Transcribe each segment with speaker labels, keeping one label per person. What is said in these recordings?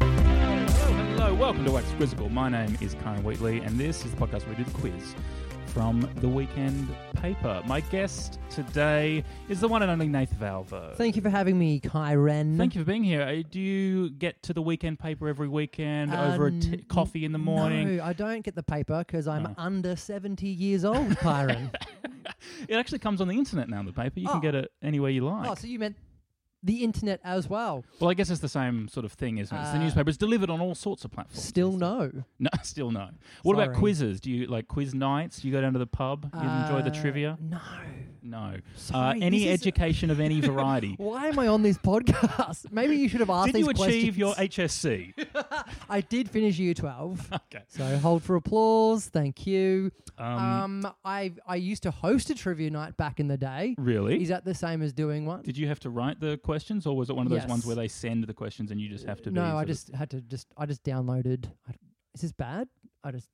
Speaker 1: Hello, welcome to Wax Quizzical. My name is Karen Wheatley, and this is the podcast where we do the quiz from the weekend paper. My guest today is the one and only Nath Valvo.
Speaker 2: Thank you for having me, Kyren.
Speaker 1: Thank you for being here. Uh, Do you get to the weekend paper every weekend over a t- coffee in the morning?
Speaker 2: Uh, No, I don't get the paper because I'm under 70 years old, Kyron.
Speaker 1: It actually comes on the internet now, the paper. You can
Speaker 2: Oh.
Speaker 1: get it anywhere you like.
Speaker 2: oh, so you meant the internet as well.
Speaker 1: well, I guess it's the same sort of thing, isn't it? It's the
Speaker 2: Uh,
Speaker 1: newspaper. It's delivered on all sorts of platforms.
Speaker 2: Still no.
Speaker 1: No, still no. What about
Speaker 2: Sorry.
Speaker 1: quizzes? Do you like quiz nights? Do you go down to the pub? You enjoy the
Speaker 2: Uh,
Speaker 1: trivia?
Speaker 2: No.
Speaker 1: No.
Speaker 2: Sorry,
Speaker 1: uh, any
Speaker 2: this is-
Speaker 1: education of any variety.
Speaker 2: Why am I on this podcast? Maybe you should have asked
Speaker 1: Did
Speaker 2: these
Speaker 1: you achieve
Speaker 2: questions.
Speaker 1: your HSC?
Speaker 2: I did finish year 12.
Speaker 1: okay.
Speaker 2: so hold for applause. Thank you.
Speaker 1: Um,
Speaker 2: Um, I I used to host a trivia night back in the day.
Speaker 1: Really?
Speaker 2: Is that the same as doing one?
Speaker 1: Did you have to write the questions, or was it one of those ones
Speaker 2: Yes.
Speaker 1: where they send the questions and you just have to? be
Speaker 2: no,
Speaker 1: sort
Speaker 2: I
Speaker 1: of-
Speaker 2: just had to just I just downloaded. I, is this bad? I just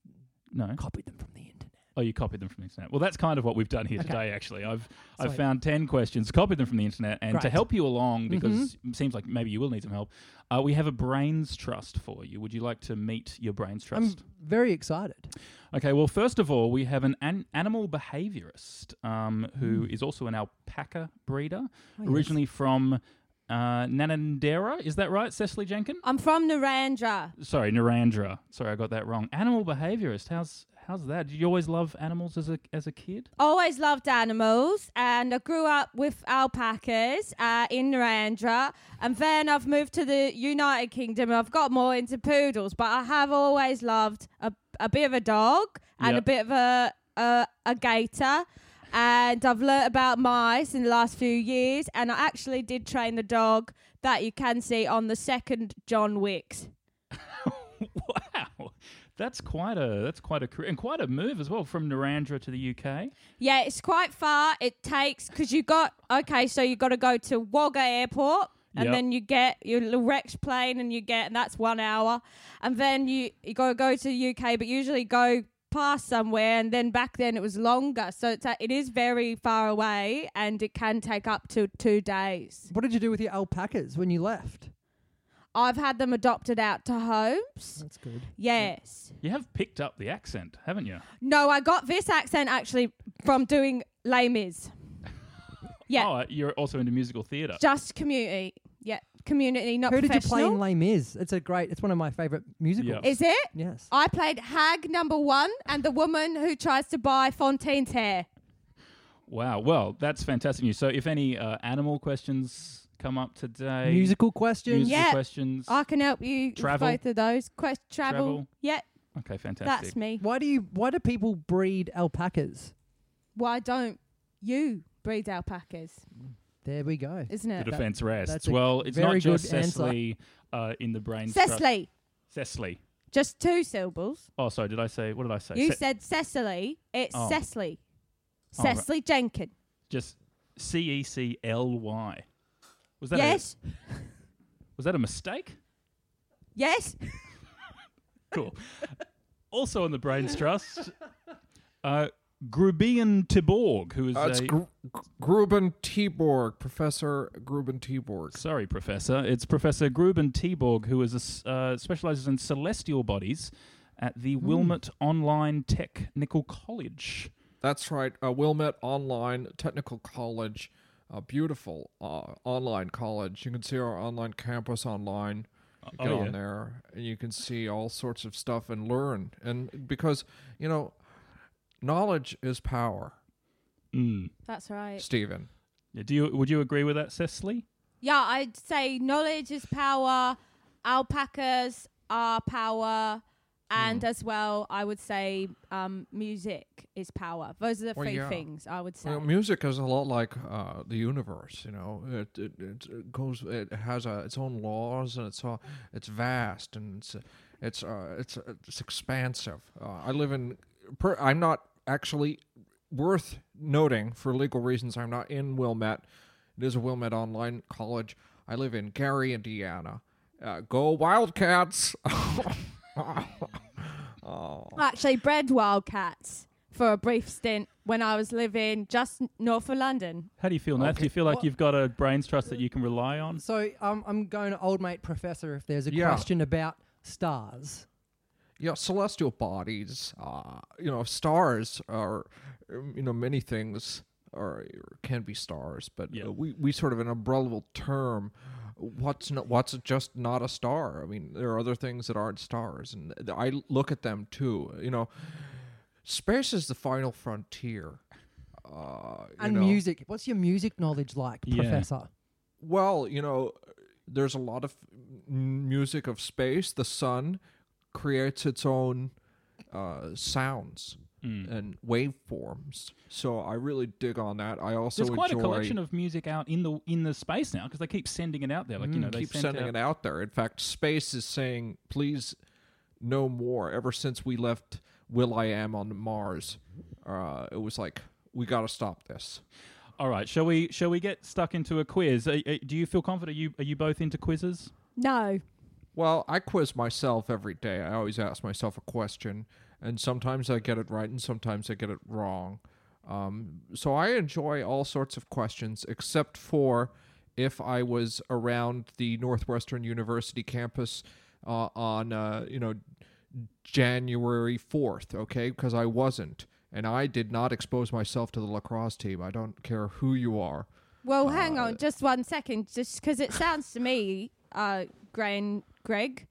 Speaker 1: no.
Speaker 2: copied them from the internet.
Speaker 1: Oh, you copied them from the internet. Well, that's kind of what we've done here
Speaker 2: Okay.
Speaker 1: today. Actually, I've I've
Speaker 2: Sweet.
Speaker 1: found ten questions, copied them from the internet, and to
Speaker 2: Great.
Speaker 1: help you along
Speaker 2: Mm-hmm.
Speaker 1: because it seems like maybe you will need some help. Uh, we have a brains trust for you. Would you like to meet your brains trust?
Speaker 2: I'm Mm, very excited.
Speaker 1: Okay, well, first of all, we have an, an animal behaviorist um, who is also an alpaca breeder, originally from uh, Nanandera. Is that right, Cecily Jenkin?
Speaker 3: I'm from Narandra.
Speaker 1: Sorry, Narandra. Sorry, I got that wrong. Animal behaviorist. How's how's that? Did you always love animals as a as a kid?
Speaker 3: Always loved animals, and I grew up with alpacas uh, in Narandra. And then I've moved to the United Kingdom. and I've got more into poodles, but I have always loved a, a bit of a dog and
Speaker 1: Yep.
Speaker 3: a bit of a a, a gator. And I've learnt about mice in the last few years, and I actually did train the dog that you can see on the second John Wicks.
Speaker 1: wow, that's quite a that's quite a career and quite a move as well from Narandra to the UK.
Speaker 3: Yeah, it's quite far. It takes because you got okay, so you got to go to Wagga Airport, and
Speaker 1: Yep.
Speaker 3: then you get your little Rex plane, and you get and that's one hour, and then you you got to go to UK, but usually go past somewhere, and then back then it was longer, so it's a, it is very far away, and it can take up to two days.
Speaker 2: What did you do with your alpacas when you left?
Speaker 3: I've had them adopted out to homes.
Speaker 2: That's good.
Speaker 3: Yes.
Speaker 1: You have picked up the accent, haven't you?
Speaker 3: No, I got this accent actually from doing Les Mis. Yeah.
Speaker 1: Oh, you're also into musical theatre.
Speaker 3: Just community. Yeah, community, not
Speaker 2: Who did you play
Speaker 3: professional.
Speaker 2: in Les Mis? It's a great. It's one of my favorite musicals.
Speaker 1: Yeah.
Speaker 3: Is it?
Speaker 2: Yes.
Speaker 3: I played Hag number one and the woman who tries to buy Fontaine's hair.
Speaker 1: Wow. Well, that's fantastic news. So, if any uh, animal questions come up today,
Speaker 2: Musical questions.
Speaker 1: musical
Speaker 3: Yeah. Ah,
Speaker 1: questions.
Speaker 3: I can help you with
Speaker 1: Travel.
Speaker 3: both of those. Quest travel.
Speaker 1: Travel.
Speaker 3: Yeah,
Speaker 1: okay, fantastic.
Speaker 3: that's me.
Speaker 2: Why do you? Why do people breed alpacas?
Speaker 3: Why don't you breed alpacas?
Speaker 2: There we go.
Speaker 3: Isn't
Speaker 1: The
Speaker 3: it?
Speaker 2: That-
Speaker 1: defense rests.
Speaker 2: that's a
Speaker 1: Well, it's not
Speaker 2: very good
Speaker 1: just
Speaker 2: answer.
Speaker 1: Cecily uh, in the brain.
Speaker 3: Cecily.
Speaker 1: Cecily.
Speaker 3: Just two syllables.
Speaker 1: Oh, sorry. Did I say? What did I say?
Speaker 3: You
Speaker 1: Se-
Speaker 3: said Cecily. It's
Speaker 1: Oh.
Speaker 3: Cecily.
Speaker 1: Oh, right.
Speaker 3: Cecily Jenkins.
Speaker 1: just C E C L Y. Was that
Speaker 3: Yes.
Speaker 1: A, was that a mistake?
Speaker 3: Yes.
Speaker 1: Cool. also on the Brains Trust, uh, Grubian Tiborg, who is
Speaker 4: Uh, it's
Speaker 1: a
Speaker 4: Gr- Gr- Gruben Tiborg, Professor Gruben Tiborg.
Speaker 1: Sorry, Professor. It's Professor Gruben Tiborg, who is a s uh, specializes in celestial bodies at the Wilmot Online Technical College.
Speaker 4: That's right. Uh, Wilmette Online Technical College, a beautiful uh, online college. You can see our online campus online. You
Speaker 1: Oh,
Speaker 4: get on
Speaker 1: yeah.
Speaker 4: there, and you can see all sorts of stuff and learn. And because you know, knowledge is power,
Speaker 3: That's right.
Speaker 4: Stephen.
Speaker 1: Yeah, Do you would you agree with that, Cecily?
Speaker 3: Yeah, I'd say knowledge is power. Alpacas are power.
Speaker 4: Mm.
Speaker 3: And as well, I would say um, music is power. Those are the
Speaker 4: Well,
Speaker 3: three
Speaker 4: yeah.
Speaker 3: things I would say.
Speaker 4: Well, music is a lot like uh, the universe, you know. It, it it goes, it has uh its own laws, and it's all, it's vast, and it's it's uh, it's it's expansive. Uh, I live in. Per, I'm not actually worth noting for legal reasons. I'm not in Wilmette. It is a Wilmette online college. I live in Gary, Indiana. Uh, go Wildcats! Oh.
Speaker 3: actually bred wildcats for a brief stint when I was living just n- north of London.
Speaker 1: How do you feel, Nath? Do you feel like
Speaker 2: Well-
Speaker 1: you've got a Brains Trust that you can rely on?
Speaker 2: So um, I'm going to old mate professor if there's a
Speaker 4: Yeah.
Speaker 2: question about stars.
Speaker 4: yeah, celestial bodies, uh, you know, stars are, um, you know, many things are can be stars, but
Speaker 1: Yeah.
Speaker 4: uh, we we sort of an umbrella term. What's not, what's just not a star? I mean, there are other things that aren't stars, and th- I look at them too. You know, space is the final frontier. Uh, you
Speaker 2: And
Speaker 4: know.
Speaker 2: music. What's your music knowledge like,
Speaker 1: Yeah.
Speaker 2: Professor?
Speaker 4: Well, you know, there's a lot of m- music of space. The sun creates its own uh, sounds
Speaker 1: Hmm.
Speaker 4: and waveforms. So I really dig on that. I also
Speaker 1: There's quite
Speaker 4: enjoy
Speaker 1: a collection of music out in the in the space now because they keep sending it out there. Like you know, they
Speaker 4: Hmm, keep
Speaker 1: sent
Speaker 4: sending
Speaker 1: out-
Speaker 4: it out there. In fact, space is saying, "Please, no more." Ever since we left Will I Am on Mars, uh, it was like we got to stop this.
Speaker 1: All right, shall we shall we get stuck into a quiz? Uh, uh, do you feel confident? Are you are you both into quizzes?
Speaker 3: No.
Speaker 4: Well, I quiz myself every day. I always ask myself a question, and sometimes I get it right, and sometimes I get it wrong. Um, so I enjoy all sorts of questions, except for if I was around the Northwestern University campus uh, on, uh, you know, January 4th, okay? Because I wasn't, and I did not expose myself to the lacrosse team. I don't care who you are.
Speaker 3: Well,
Speaker 4: Uh,
Speaker 3: hang on just one second, just because it sounds to me, uh, Gran- Greg,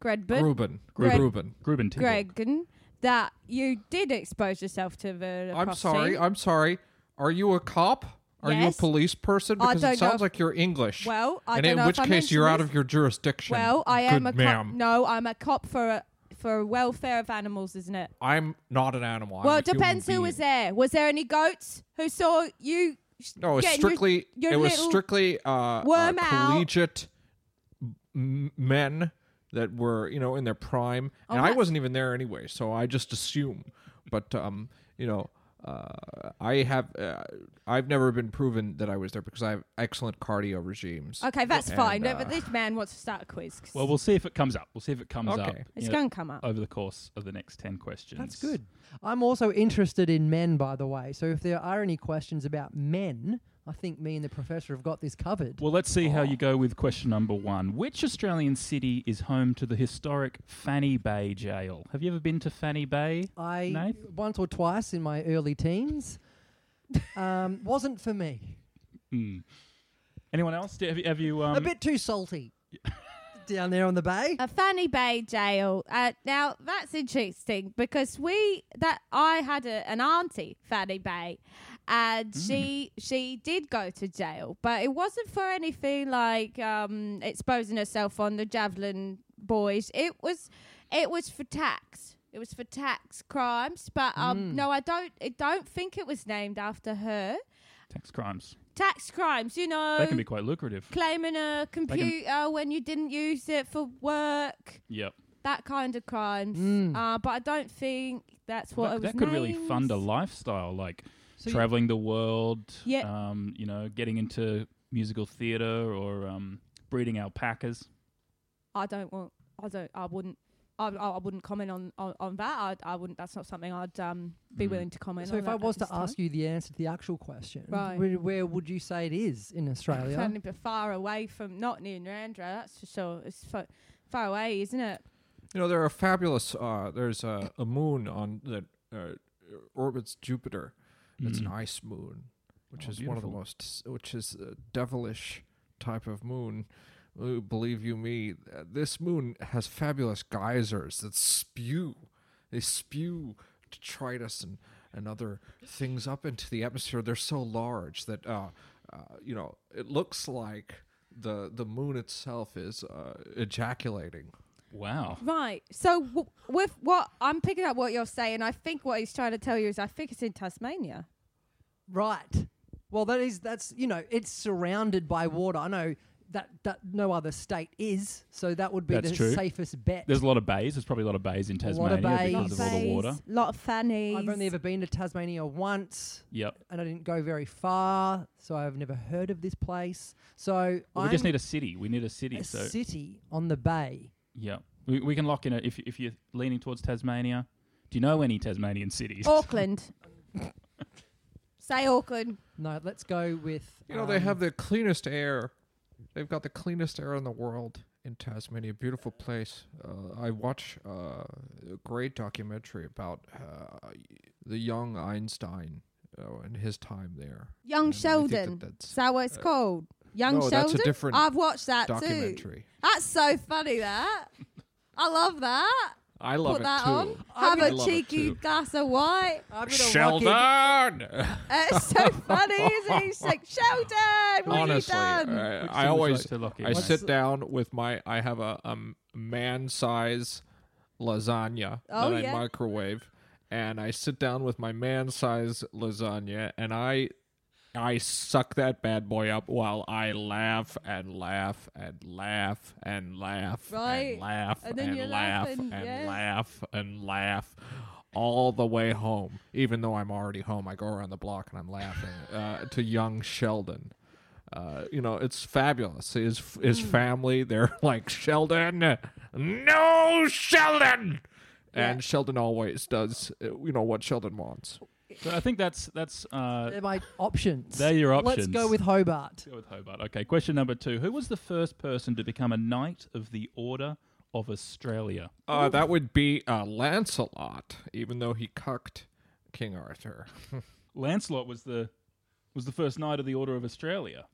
Speaker 3: Gredbin,
Speaker 4: Gruben.
Speaker 3: Greg-
Speaker 4: Gruben.
Speaker 1: Gruben Tiborg.
Speaker 3: Gregan, that you did expose yourself to the.
Speaker 4: I'm
Speaker 3: lacrosse
Speaker 4: sorry.
Speaker 3: team.
Speaker 4: I'm sorry. Are you a cop? Are you a
Speaker 3: Yes.
Speaker 4: police person?
Speaker 3: I
Speaker 4: Because
Speaker 3: don't
Speaker 4: it
Speaker 3: know
Speaker 4: sounds
Speaker 3: if-
Speaker 4: like you're English.
Speaker 3: Well, I
Speaker 4: and
Speaker 3: don't
Speaker 4: in
Speaker 3: know
Speaker 4: which
Speaker 3: if I
Speaker 4: case you're
Speaker 3: mentioned
Speaker 4: out
Speaker 3: this.
Speaker 4: of your jurisdiction.
Speaker 3: well, I am a
Speaker 4: Good
Speaker 3: cop.
Speaker 4: ma'am.
Speaker 3: No, I'm a cop for a, for welfare of animals, isn't it?
Speaker 4: I'm not an animal. I'm
Speaker 3: well,
Speaker 4: a
Speaker 3: it depends
Speaker 4: human
Speaker 3: who was
Speaker 4: being.
Speaker 3: there. Was there any goats who saw you? sh-
Speaker 4: No, it was
Speaker 3: getting your-
Speaker 4: strictly.
Speaker 3: your
Speaker 4: it was
Speaker 3: little-
Speaker 4: strictly uh, uh,
Speaker 3: worm out.
Speaker 4: collegiate m- men that were you know in their prime, and I
Speaker 3: that's-
Speaker 4: wasn't even there anyway, so I just assume. But um, you know. Uh, I have. Uh, I've never been proven that I was there because I have excellent cardio regimes.
Speaker 3: Okay, that's
Speaker 4: And,
Speaker 3: fine. no,
Speaker 4: uh,
Speaker 3: but this man wants to start a quiz. 'cause
Speaker 1: Well, we'll see if it comes up. We'll see if it comes
Speaker 4: Okay.
Speaker 1: up.
Speaker 3: it's
Speaker 1: you know,
Speaker 3: going to come up.
Speaker 1: over the course of the next ten questions.
Speaker 2: That's good. I'm also interested in men, by the way. So if there are any questions about men, I think me and the professor have got this covered.
Speaker 1: Well, let's see how you go with question number one. Which Australian city is home to the historic Fanny Bay Jail? Have you ever been to Fanny Bay?
Speaker 2: I
Speaker 1: Nath?
Speaker 2: once or twice in my early teens. Um, wasn't for me.
Speaker 1: Anyone else? Do- Have you? Have you um,
Speaker 2: a bit too salty down there on the bay.
Speaker 3: A Fanny Bay jail. Uh, now that's interesting because we that I had a, an auntie Fanny Bay,
Speaker 1: Hmm.
Speaker 3: and she she did go to jail, but it wasn't for anything like um, exposing herself on the javelin boys. It was it was for tax. It was for tax crimes. But
Speaker 1: Hmm.
Speaker 3: um, no, I don't I don't think it was named after her.
Speaker 1: Tax crimes.
Speaker 3: Tax crimes, you know.
Speaker 1: They can be quite lucrative.
Speaker 3: Claiming a computer when you didn't use it for work
Speaker 1: Yep.
Speaker 3: that kind of crimes.
Speaker 2: Mm.
Speaker 3: Uh, but I don't think that's what
Speaker 1: that,
Speaker 3: it was.
Speaker 1: that could really
Speaker 3: named.
Speaker 1: fund a lifestyle, like
Speaker 2: So you-
Speaker 1: traveling the world.
Speaker 3: Yeah.
Speaker 1: Um, you know, getting into musical theater or um, breeding alpacas.
Speaker 3: I don't want. I don't. I wouldn't. I, I I wouldn't comment on on, on that. I, I wouldn't. That's not something I'd um be
Speaker 1: Mm.
Speaker 3: willing to comment.
Speaker 2: So
Speaker 3: on
Speaker 2: if
Speaker 3: that
Speaker 2: I
Speaker 3: at
Speaker 2: was to
Speaker 3: this time.
Speaker 2: ask you the answer to the actual question,
Speaker 3: Right.
Speaker 2: where, where would you say it is in Australia?
Speaker 3: Certainly be far away from not near Narendra. That's for sure. It's far, far away, isn't it?
Speaker 4: You know, there are fabulous. Uh, there's a, a moon on that uh, orbits Jupiter. It's an ice moon, which
Speaker 1: Mm. Oh,
Speaker 4: is one of the
Speaker 1: beautiful.
Speaker 4: most, s- which is a devilish type of moon. Ooh, believe you me, uh, this moon has fabulous geysers that spew. They spew detritus and, and other things up into the atmosphere. They're so large that, uh, uh, you know, it looks like the the moon itself is uh, ejaculating.
Speaker 1: Wow.
Speaker 3: Right. So w- with what I'm picking up what you're saying, I think what he's trying to tell you is I think it's in Tasmania.
Speaker 2: right. Well, that is that's you know it's surrounded by water. I know that that no other state is, so that would be
Speaker 1: That's
Speaker 2: the
Speaker 1: true.
Speaker 2: safest bet.
Speaker 1: There's a lot of bays. There's probably a lot of bays in
Speaker 2: A lot of
Speaker 1: Tasmania
Speaker 2: bays.
Speaker 1: because of all the water.
Speaker 3: lot of fannies.
Speaker 2: I've only ever been to Tasmania once,
Speaker 1: Yep.
Speaker 2: and I didn't go very far, so I've never heard of this place. So
Speaker 1: Well,
Speaker 2: I
Speaker 1: we just need a city. We need a city.
Speaker 2: a
Speaker 1: so
Speaker 2: city on the bay.
Speaker 1: yeah, we, we can lock in it if if you're leaning towards Tasmania. Do you know any Tasmanian cities?
Speaker 2: Oh,
Speaker 3: Auckland. Say Auckland.
Speaker 2: No, let's go with.
Speaker 4: You know, they
Speaker 2: um,
Speaker 4: have the cleanest air. They've got the cleanest air in the world in Tasmania. Beautiful place. Uh, I watch uh, a great documentary about uh, the young Einstein uh, and his time there.
Speaker 3: Young
Speaker 4: And I think that
Speaker 3: Sheldon. Is
Speaker 4: that's uh,
Speaker 3: that what it's called? Young
Speaker 4: no,
Speaker 3: Sheldon.
Speaker 4: that's a different
Speaker 3: I've watched that too.
Speaker 4: documentary.
Speaker 3: That's so funny. That I love that.
Speaker 4: I love
Speaker 3: Put
Speaker 4: it
Speaker 3: that
Speaker 4: too.
Speaker 3: on.
Speaker 4: I
Speaker 3: Have
Speaker 4: would
Speaker 3: a
Speaker 4: love it
Speaker 3: cheeky
Speaker 4: too.
Speaker 3: glass of white.
Speaker 2: I'm gonna lock in-
Speaker 4: Sheldon.
Speaker 3: It's so funny, isn't it? He's like, Sheldon, what
Speaker 4: Honestly,
Speaker 3: have you done?
Speaker 4: I,
Speaker 1: Which
Speaker 4: I
Speaker 1: thing would you
Speaker 4: always
Speaker 1: like to lock in,
Speaker 4: I
Speaker 1: mate?
Speaker 4: sit down with my. I have a um, man size lasagna
Speaker 3: Oh,
Speaker 4: that
Speaker 3: yeah.
Speaker 4: I microwave, and I sit down with my man size lasagna, and I. I suck that bad boy up while I laugh and laugh and laugh and laugh
Speaker 3: Right.
Speaker 4: and laugh
Speaker 3: And then you're
Speaker 4: and laugh
Speaker 3: laughing,
Speaker 4: and
Speaker 3: yeah.
Speaker 4: laugh and laugh all the way home. Even though I'm already home, I go around the block and I'm laughing uh, to young Sheldon. Uh, you know, it's fabulous. His his
Speaker 3: Mm.
Speaker 4: family, they're like Sheldon, no Sheldon, and Sheldon always does. uh, You know what Sheldon wants.
Speaker 1: So I think that's that's uh,
Speaker 2: They're my options.
Speaker 1: They're your
Speaker 2: Let's
Speaker 1: options.
Speaker 2: go with Hobart.
Speaker 1: go with Hobart. Okay, question number two: Who was the first person to become a knight of the Order of Australia?
Speaker 4: Uh, that would be uh, Lancelot, even though he cucked King Arthur.
Speaker 1: Lancelot was the was the first knight of the Order of Australia.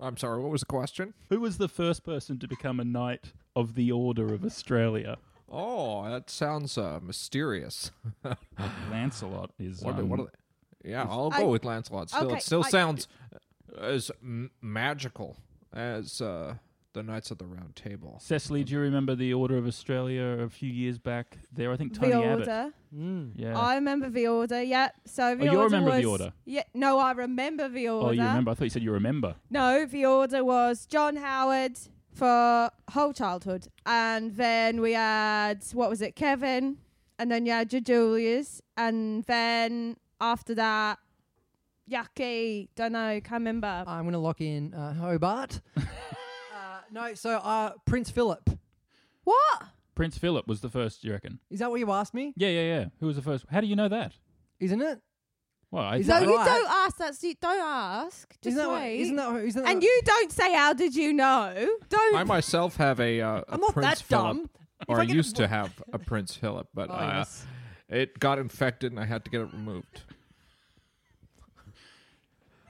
Speaker 4: I'm sorry, what was the question?
Speaker 1: Who was the first person to become a knight of the Order of Australia?
Speaker 4: Oh, that sounds uh, mysterious.
Speaker 1: Lancelot is
Speaker 4: What, do-
Speaker 1: um,
Speaker 4: what are they? Yeah, I'll go
Speaker 3: I-
Speaker 4: with Lancelot. Still,
Speaker 3: okay,
Speaker 4: it still
Speaker 3: I-
Speaker 4: sounds as m- magical as uh, the Knights of the Round Table.
Speaker 1: Cecily, do you remember the Order of Australia a few years back? There, I think Tony
Speaker 3: The
Speaker 1: Abbott.
Speaker 3: order.
Speaker 2: Mm.
Speaker 1: Yeah. Oh,
Speaker 3: I remember the order. Yeah. So the
Speaker 1: you
Speaker 3: order
Speaker 1: remember
Speaker 3: was,
Speaker 1: the order?
Speaker 3: Yeah. No, I remember the order.
Speaker 1: oh, you remember? I thought you said you remember.
Speaker 3: No, the order was John Howard for whole childhood, and then we had what was it, Kevin, and then you had your Julius, and then after that, Yaki. Don't know. Can't remember.
Speaker 2: I'm going to lock in uh, Hobart. uh, no, so uh, Prince Philip.
Speaker 3: what?
Speaker 1: Prince Philip was the first. You reckon?
Speaker 2: Is that what you asked me?
Speaker 1: Yeah, yeah, yeah. Who was the first? How do you know that?
Speaker 2: Isn't it?
Speaker 1: Well, I,
Speaker 2: Is
Speaker 3: No,
Speaker 2: that
Speaker 3: you
Speaker 2: right?
Speaker 3: don't ask that. So you don't ask. Just
Speaker 2: Isn't that what,
Speaker 3: wait.
Speaker 2: isn't that isn't that
Speaker 3: and you don't say, "How did you know?" Don't.
Speaker 4: I myself have a, uh, a
Speaker 2: I'm not
Speaker 4: Prince
Speaker 2: that
Speaker 4: Philip,
Speaker 2: dumb. If
Speaker 4: or
Speaker 2: I
Speaker 4: I
Speaker 2: get-
Speaker 4: used to have a Prince Philip, but
Speaker 2: Oh,
Speaker 4: uh,
Speaker 2: yes.
Speaker 4: it got infected and I had to get it removed.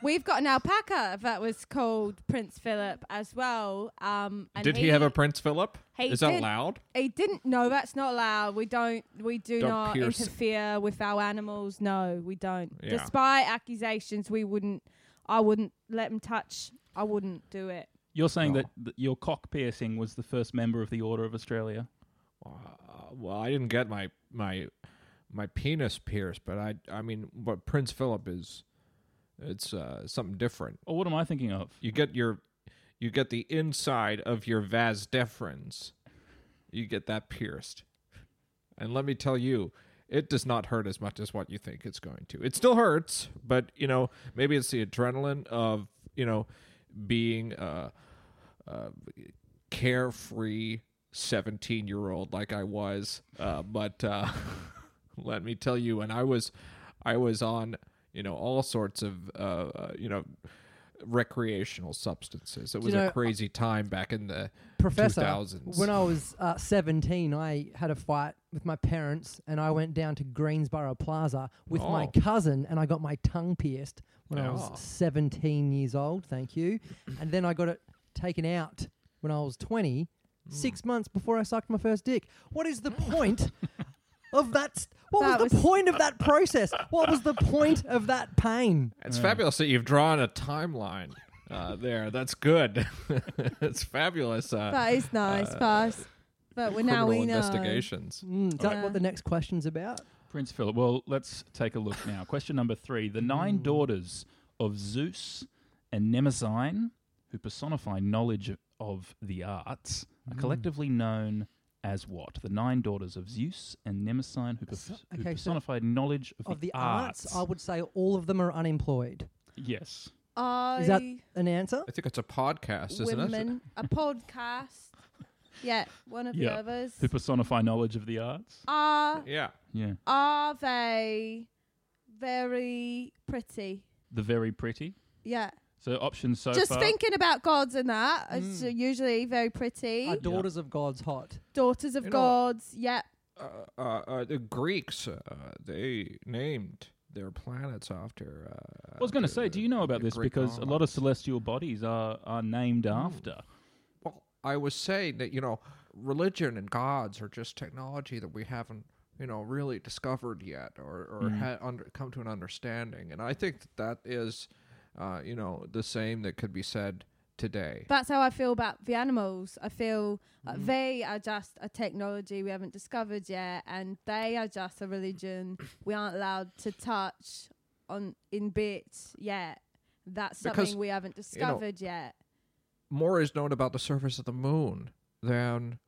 Speaker 3: We've got an alpaca that was called Prince Philip as well. Um, and
Speaker 4: Did he, have a Prince Philip?
Speaker 3: he
Speaker 4: Is that
Speaker 3: did.
Speaker 4: loud?
Speaker 3: He didn't. No, that's not allowed. We don't. We do
Speaker 4: Don't
Speaker 3: not
Speaker 4: pierce.
Speaker 3: interfere with our animals. No, we don't.
Speaker 4: Yeah.
Speaker 3: Despite accusations, we wouldn't. I wouldn't let him touch. I wouldn't do it.
Speaker 1: you're saying
Speaker 4: No.
Speaker 1: that th- your cock piercing was the first member of the Order of Australia.
Speaker 4: Uh, well, I didn't get my my my penis pierced, but I I mean, but Prince Philip is it's uh, something different.
Speaker 1: Or what am I thinking of?
Speaker 4: You get your you get the inside of your vas deferens. you get that pierced. And let me tell you, it does not hurt as much as what you think it's going to. It still hurts, but you know, maybe it's the adrenaline of you know being uh, a, a carefree seventeen-year-old like I was. Uh, but uh, let me tell you, and I was, I was on you know all sorts of uh, uh, you know recreational substances. It was
Speaker 2: know,
Speaker 4: a crazy time back in the
Speaker 2: Professor,
Speaker 4: 2000s.
Speaker 2: when I was uh, 17, I had a fight with my parents and I went down to Greensboro Plaza with my
Speaker 4: Oh.
Speaker 2: cousin and I got my tongue pierced when I
Speaker 4: Oh.
Speaker 2: was 17 years old. Thank you. and then I got it taken out when I was 20, six months before I sucked my first dick. What is the point? Of that, st- what
Speaker 3: That
Speaker 2: was the
Speaker 3: was-
Speaker 2: point of that process? What was the point of that pain?
Speaker 4: It's fabulous that you've drawn a timeline uh, there. That's good. it's fabulous. Uh,
Speaker 3: That is nice, fast. But we now uh,
Speaker 4: criminal
Speaker 3: we know.
Speaker 4: investigations.
Speaker 2: Mm, is that
Speaker 3: Uh.
Speaker 2: what the next question's about?
Speaker 1: Prince Philip. Well, let's take a look now. Question number three: The nine daughters of Zeus and Mnemosyne, who personify knowledge of the arts, are collectively known as what? The nine daughters of Zeus and Mnemosyne, who, perf- who
Speaker 2: okay, so-
Speaker 1: personified knowledge of,
Speaker 2: Of the arts, I
Speaker 1: arts.
Speaker 2: would say all of them are unemployed.
Speaker 1: yes.
Speaker 3: I
Speaker 2: Is that an answer?
Speaker 4: I think it's a podcast, isn't it?
Speaker 3: women a podcast. Yeah, one of
Speaker 1: Yeah.
Speaker 3: the others.
Speaker 1: Who personify knowledge of the arts?
Speaker 3: Are
Speaker 4: Yeah.
Speaker 1: Yeah.
Speaker 3: are they very pretty?
Speaker 1: The very pretty.
Speaker 3: Yeah.
Speaker 1: So options so
Speaker 3: Just
Speaker 1: far.
Speaker 3: thinking about gods and that, it's
Speaker 4: Mm.
Speaker 3: usually very pretty.
Speaker 2: Are daughters of God's hot?
Speaker 3: Daughters of
Speaker 4: You know-
Speaker 3: gods. Yeah.
Speaker 4: Uh, uh, uh, the Greeks, uh, they named their planets after. Uh,
Speaker 1: I was going to
Speaker 4: after
Speaker 1: say, do you
Speaker 4: the-
Speaker 1: know about
Speaker 4: the
Speaker 1: this?
Speaker 4: Greek
Speaker 1: Because a lot of
Speaker 4: gods.
Speaker 1: celestial bodies are, are named after.
Speaker 4: Well, I was saying that you know, religion and gods are just technology that we haven't you know really discovered yet, or or
Speaker 1: Mm-hmm.
Speaker 4: ha- under, come to an understanding. And I think that that is, uh, you know, the same that could be said today.
Speaker 3: That's how I feel about the animals. I feel uh,
Speaker 4: Mm-hmm.
Speaker 3: they are just a technology we haven't discovered yet, and they are just a religion we aren't allowed to touch on in bits yet. That's
Speaker 4: Because,
Speaker 3: something we haven't
Speaker 4: you know,
Speaker 3: discovered yet.
Speaker 4: more is known about the surface of the moon than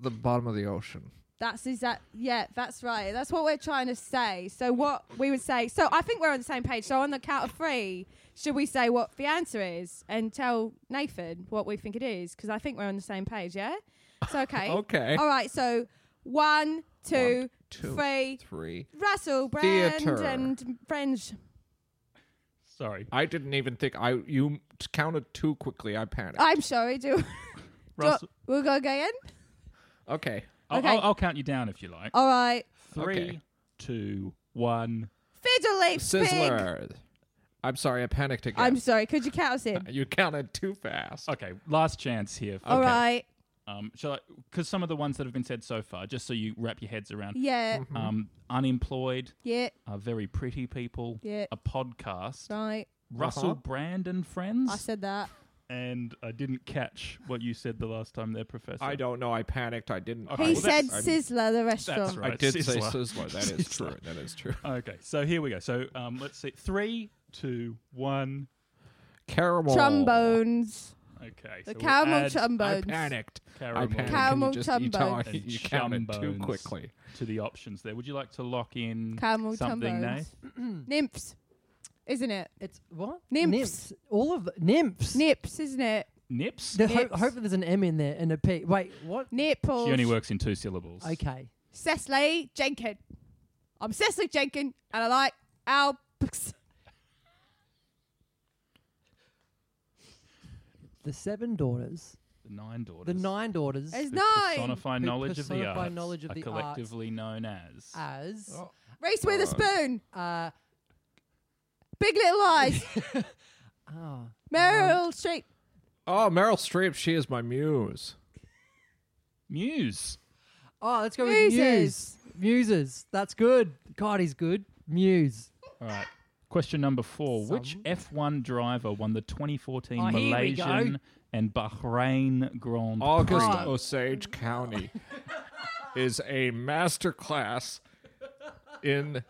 Speaker 4: the bottom of the ocean.
Speaker 3: That's exact. Yeah, that's right. That's what we're trying to say. So what we would say. So I think we're on the same page. So on the count of three, should we say what the answer is and tell Nathan what we think it is? Because I think we're on the same page. Yeah. So okay.
Speaker 4: Okay.
Speaker 3: All right. So one,
Speaker 4: One,
Speaker 3: two, three.
Speaker 4: two, three.
Speaker 3: Russell Brand
Speaker 4: Theatre.
Speaker 3: and French.
Speaker 1: Sorry.
Speaker 4: I didn't even think I you counted too quickly. I panicked.
Speaker 3: I'm sorry. Do, do
Speaker 1: Russell,
Speaker 3: we'll go again?
Speaker 4: okay.
Speaker 1: I'll,
Speaker 3: okay. Oh,
Speaker 1: I'll, I'll count you down if you like.
Speaker 3: All right.
Speaker 1: Three,
Speaker 4: Okay.
Speaker 1: two, one.
Speaker 3: Fiddle lips. pig.
Speaker 4: Sizzler. I'm sorry. I panicked again.
Speaker 3: I'm sorry. Could you count us in?
Speaker 4: you counted too fast.
Speaker 1: Okay, last chance here.
Speaker 3: All right.
Speaker 1: Um, shall I? Because some of the ones that have been said so far, just so you wrap your heads around.
Speaker 3: Yeah.
Speaker 4: Hmm. Mm-hmm.
Speaker 1: Um, unemployed,
Speaker 3: Yeah.
Speaker 1: uh, very pretty people.
Speaker 3: Yeah.
Speaker 1: A podcast.
Speaker 3: Right.
Speaker 1: Russell
Speaker 4: Uh-huh.
Speaker 1: Brand and friends.
Speaker 3: I said that.
Speaker 1: and I didn't catch what you said the last time there, Professor.
Speaker 4: I don't know. I panicked. I didn't.
Speaker 1: Okay,
Speaker 3: He
Speaker 1: well,
Speaker 3: said
Speaker 1: that's-
Speaker 3: Sizzler, the restaurant.
Speaker 1: That's
Speaker 4: I
Speaker 1: right.
Speaker 4: did say
Speaker 1: Sizzler.
Speaker 4: sizzler. That is true.
Speaker 1: Sizzler.
Speaker 4: That is true.
Speaker 1: Okay, so here we go. So um, let's see. Three, two, one.
Speaker 4: Caramel.
Speaker 3: Trombones.
Speaker 1: Okay.
Speaker 3: The
Speaker 1: so we'll
Speaker 3: caramel um,
Speaker 1: add
Speaker 4: I
Speaker 3: trombones.
Speaker 4: panicked. I
Speaker 1: Caramel.
Speaker 4: panicked.
Speaker 3: Caramel
Speaker 4: you, just, you, tell-
Speaker 3: chumbones.
Speaker 1: and
Speaker 4: you counted too
Speaker 1: chumbones
Speaker 4: quickly.
Speaker 1: To the options there. Would you like to lock in
Speaker 3: Caramel
Speaker 1: something,
Speaker 3: trombones. Nymphs. Isn't it?
Speaker 2: It's what
Speaker 3: Nymphs.
Speaker 2: All of nymphs.
Speaker 3: Nips, isn't it?
Speaker 1: Nay? Nips?
Speaker 2: The ho-
Speaker 3: Nips.
Speaker 2: hopefully there's an M in there and a P. Wait, what?
Speaker 3: Nipples.
Speaker 1: She only works in two syllables.
Speaker 2: Okay.
Speaker 3: Cecily Jenkin. I'm Cecily Jenkin and I like Alps.
Speaker 2: The seven daughters,
Speaker 1: The nine daughters.
Speaker 2: the nine daughters,
Speaker 3: There's
Speaker 1: who
Speaker 3: nine.
Speaker 1: Personify
Speaker 2: Who
Speaker 1: knowledge of the
Speaker 2: personify
Speaker 1: arts.
Speaker 2: knowledge of
Speaker 1: are
Speaker 2: the arts. Ah.
Speaker 1: collectively known as.
Speaker 2: as
Speaker 3: Reese Witherspoon.
Speaker 2: uh,
Speaker 3: Big Little Lies.
Speaker 1: Ah.
Speaker 2: oh,
Speaker 3: Meryl Streep.
Speaker 4: Oh, Meryl Streep. She is my muse.
Speaker 1: Muse.
Speaker 2: oh, let's go
Speaker 3: Muses.
Speaker 2: with muse. Muses. That's good. God, he's good. Muse.
Speaker 1: All right. Question number four. Which F1 driver won the 2014
Speaker 2: Oh, here we go.
Speaker 1: Malaysian and Bahrain Grand
Speaker 4: August
Speaker 1: Prix?
Speaker 4: Osage County is a masterclass in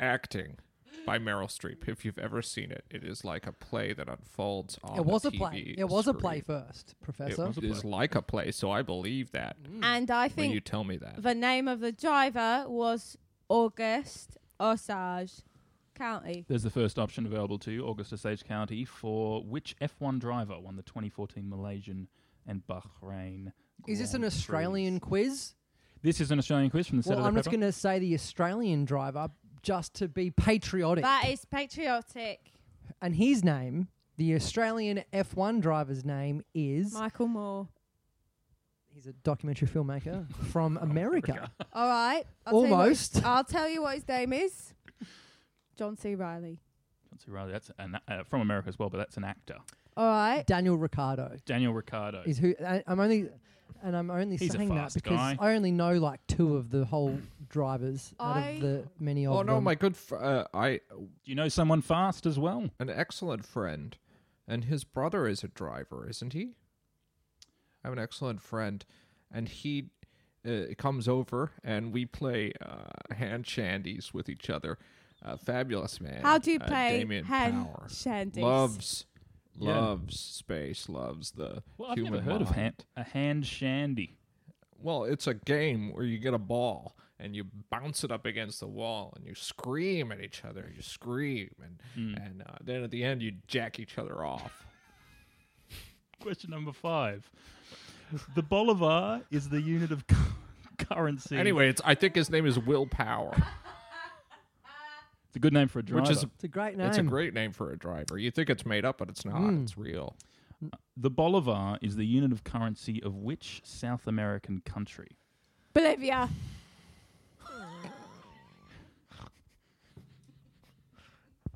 Speaker 4: acting. by Meryl Streep. If you've ever seen it, it is like a play that unfolds on
Speaker 2: It was
Speaker 4: the
Speaker 2: a play.
Speaker 4: TV
Speaker 2: It was a play
Speaker 4: screen.
Speaker 2: first, Professor.
Speaker 4: It is like a play, so I believe that
Speaker 1: Hmm.
Speaker 3: And I
Speaker 4: when you
Speaker 3: think
Speaker 4: tell me that.
Speaker 3: the name of the driver was August Osage County.
Speaker 1: There's the first option available to you, Augusta Sage County, for which F1 driver won the 2014 Malaysian and Bahrain.
Speaker 2: Is this an
Speaker 1: Grand
Speaker 2: Australian
Speaker 1: Prix.
Speaker 2: quiz?
Speaker 1: This is an Australian quiz from the
Speaker 2: Well,
Speaker 1: Saturday
Speaker 2: I'm just
Speaker 1: Paper.
Speaker 2: going to say the Australian driver just to be patriotic.
Speaker 3: That is patriotic.
Speaker 2: and his name, the Australian F1 driver's name is.
Speaker 3: Michael Moore.
Speaker 2: He's a documentary filmmaker from America.
Speaker 3: All right. I'll tell you what
Speaker 2: Almost.
Speaker 3: his- I'll tell you what his name is. John C. Riley.
Speaker 1: John C. Reilly, that's an, uh, from America as well, but that's an actor.
Speaker 3: All right.
Speaker 2: Daniel Ricciardo
Speaker 1: Daniel Ricciardo.
Speaker 2: is who I, I'm only, and I'm only
Speaker 1: He's a
Speaker 2: saying that
Speaker 1: fast
Speaker 2: because
Speaker 1: guy.
Speaker 2: I only know like two of the whole drivers out
Speaker 3: I-
Speaker 2: of the many of
Speaker 4: Oh no,
Speaker 2: them.
Speaker 4: my good, fr- uh, I
Speaker 1: Do you know someone fast as well?
Speaker 4: an excellent friend, and his brother is a driver, isn't he? I have an excellent friend, and he uh, comes over and we play uh, hand shandies with each other. Uh, fabulous man.
Speaker 3: How do you
Speaker 4: Uh,
Speaker 3: play
Speaker 4: Damien
Speaker 3: hand
Speaker 4: Power.
Speaker 3: shandies?
Speaker 4: Loves,
Speaker 1: Yeah.
Speaker 4: loves space. Loves the
Speaker 1: Well, I've
Speaker 4: human
Speaker 1: never heard of
Speaker 4: mind.
Speaker 1: hand, a hand shandy.
Speaker 4: Well, it's a game where you get a ball and you bounce it up against the wall and you scream at each other. You scream and and uh, then at the end you jack each other off.
Speaker 1: Question number five. The bolivar is the unit of cu- currency.
Speaker 4: Anyway, it's I think his name is Willpower,
Speaker 1: it's a good name for a driver.
Speaker 4: which is
Speaker 2: it's a great name.
Speaker 4: it's a great name for a driver. You think it's made up, but it's not.
Speaker 3: Hmm.
Speaker 4: It's real.
Speaker 1: the bolivar is the unit of currency of which South American country?
Speaker 3: Bolivia.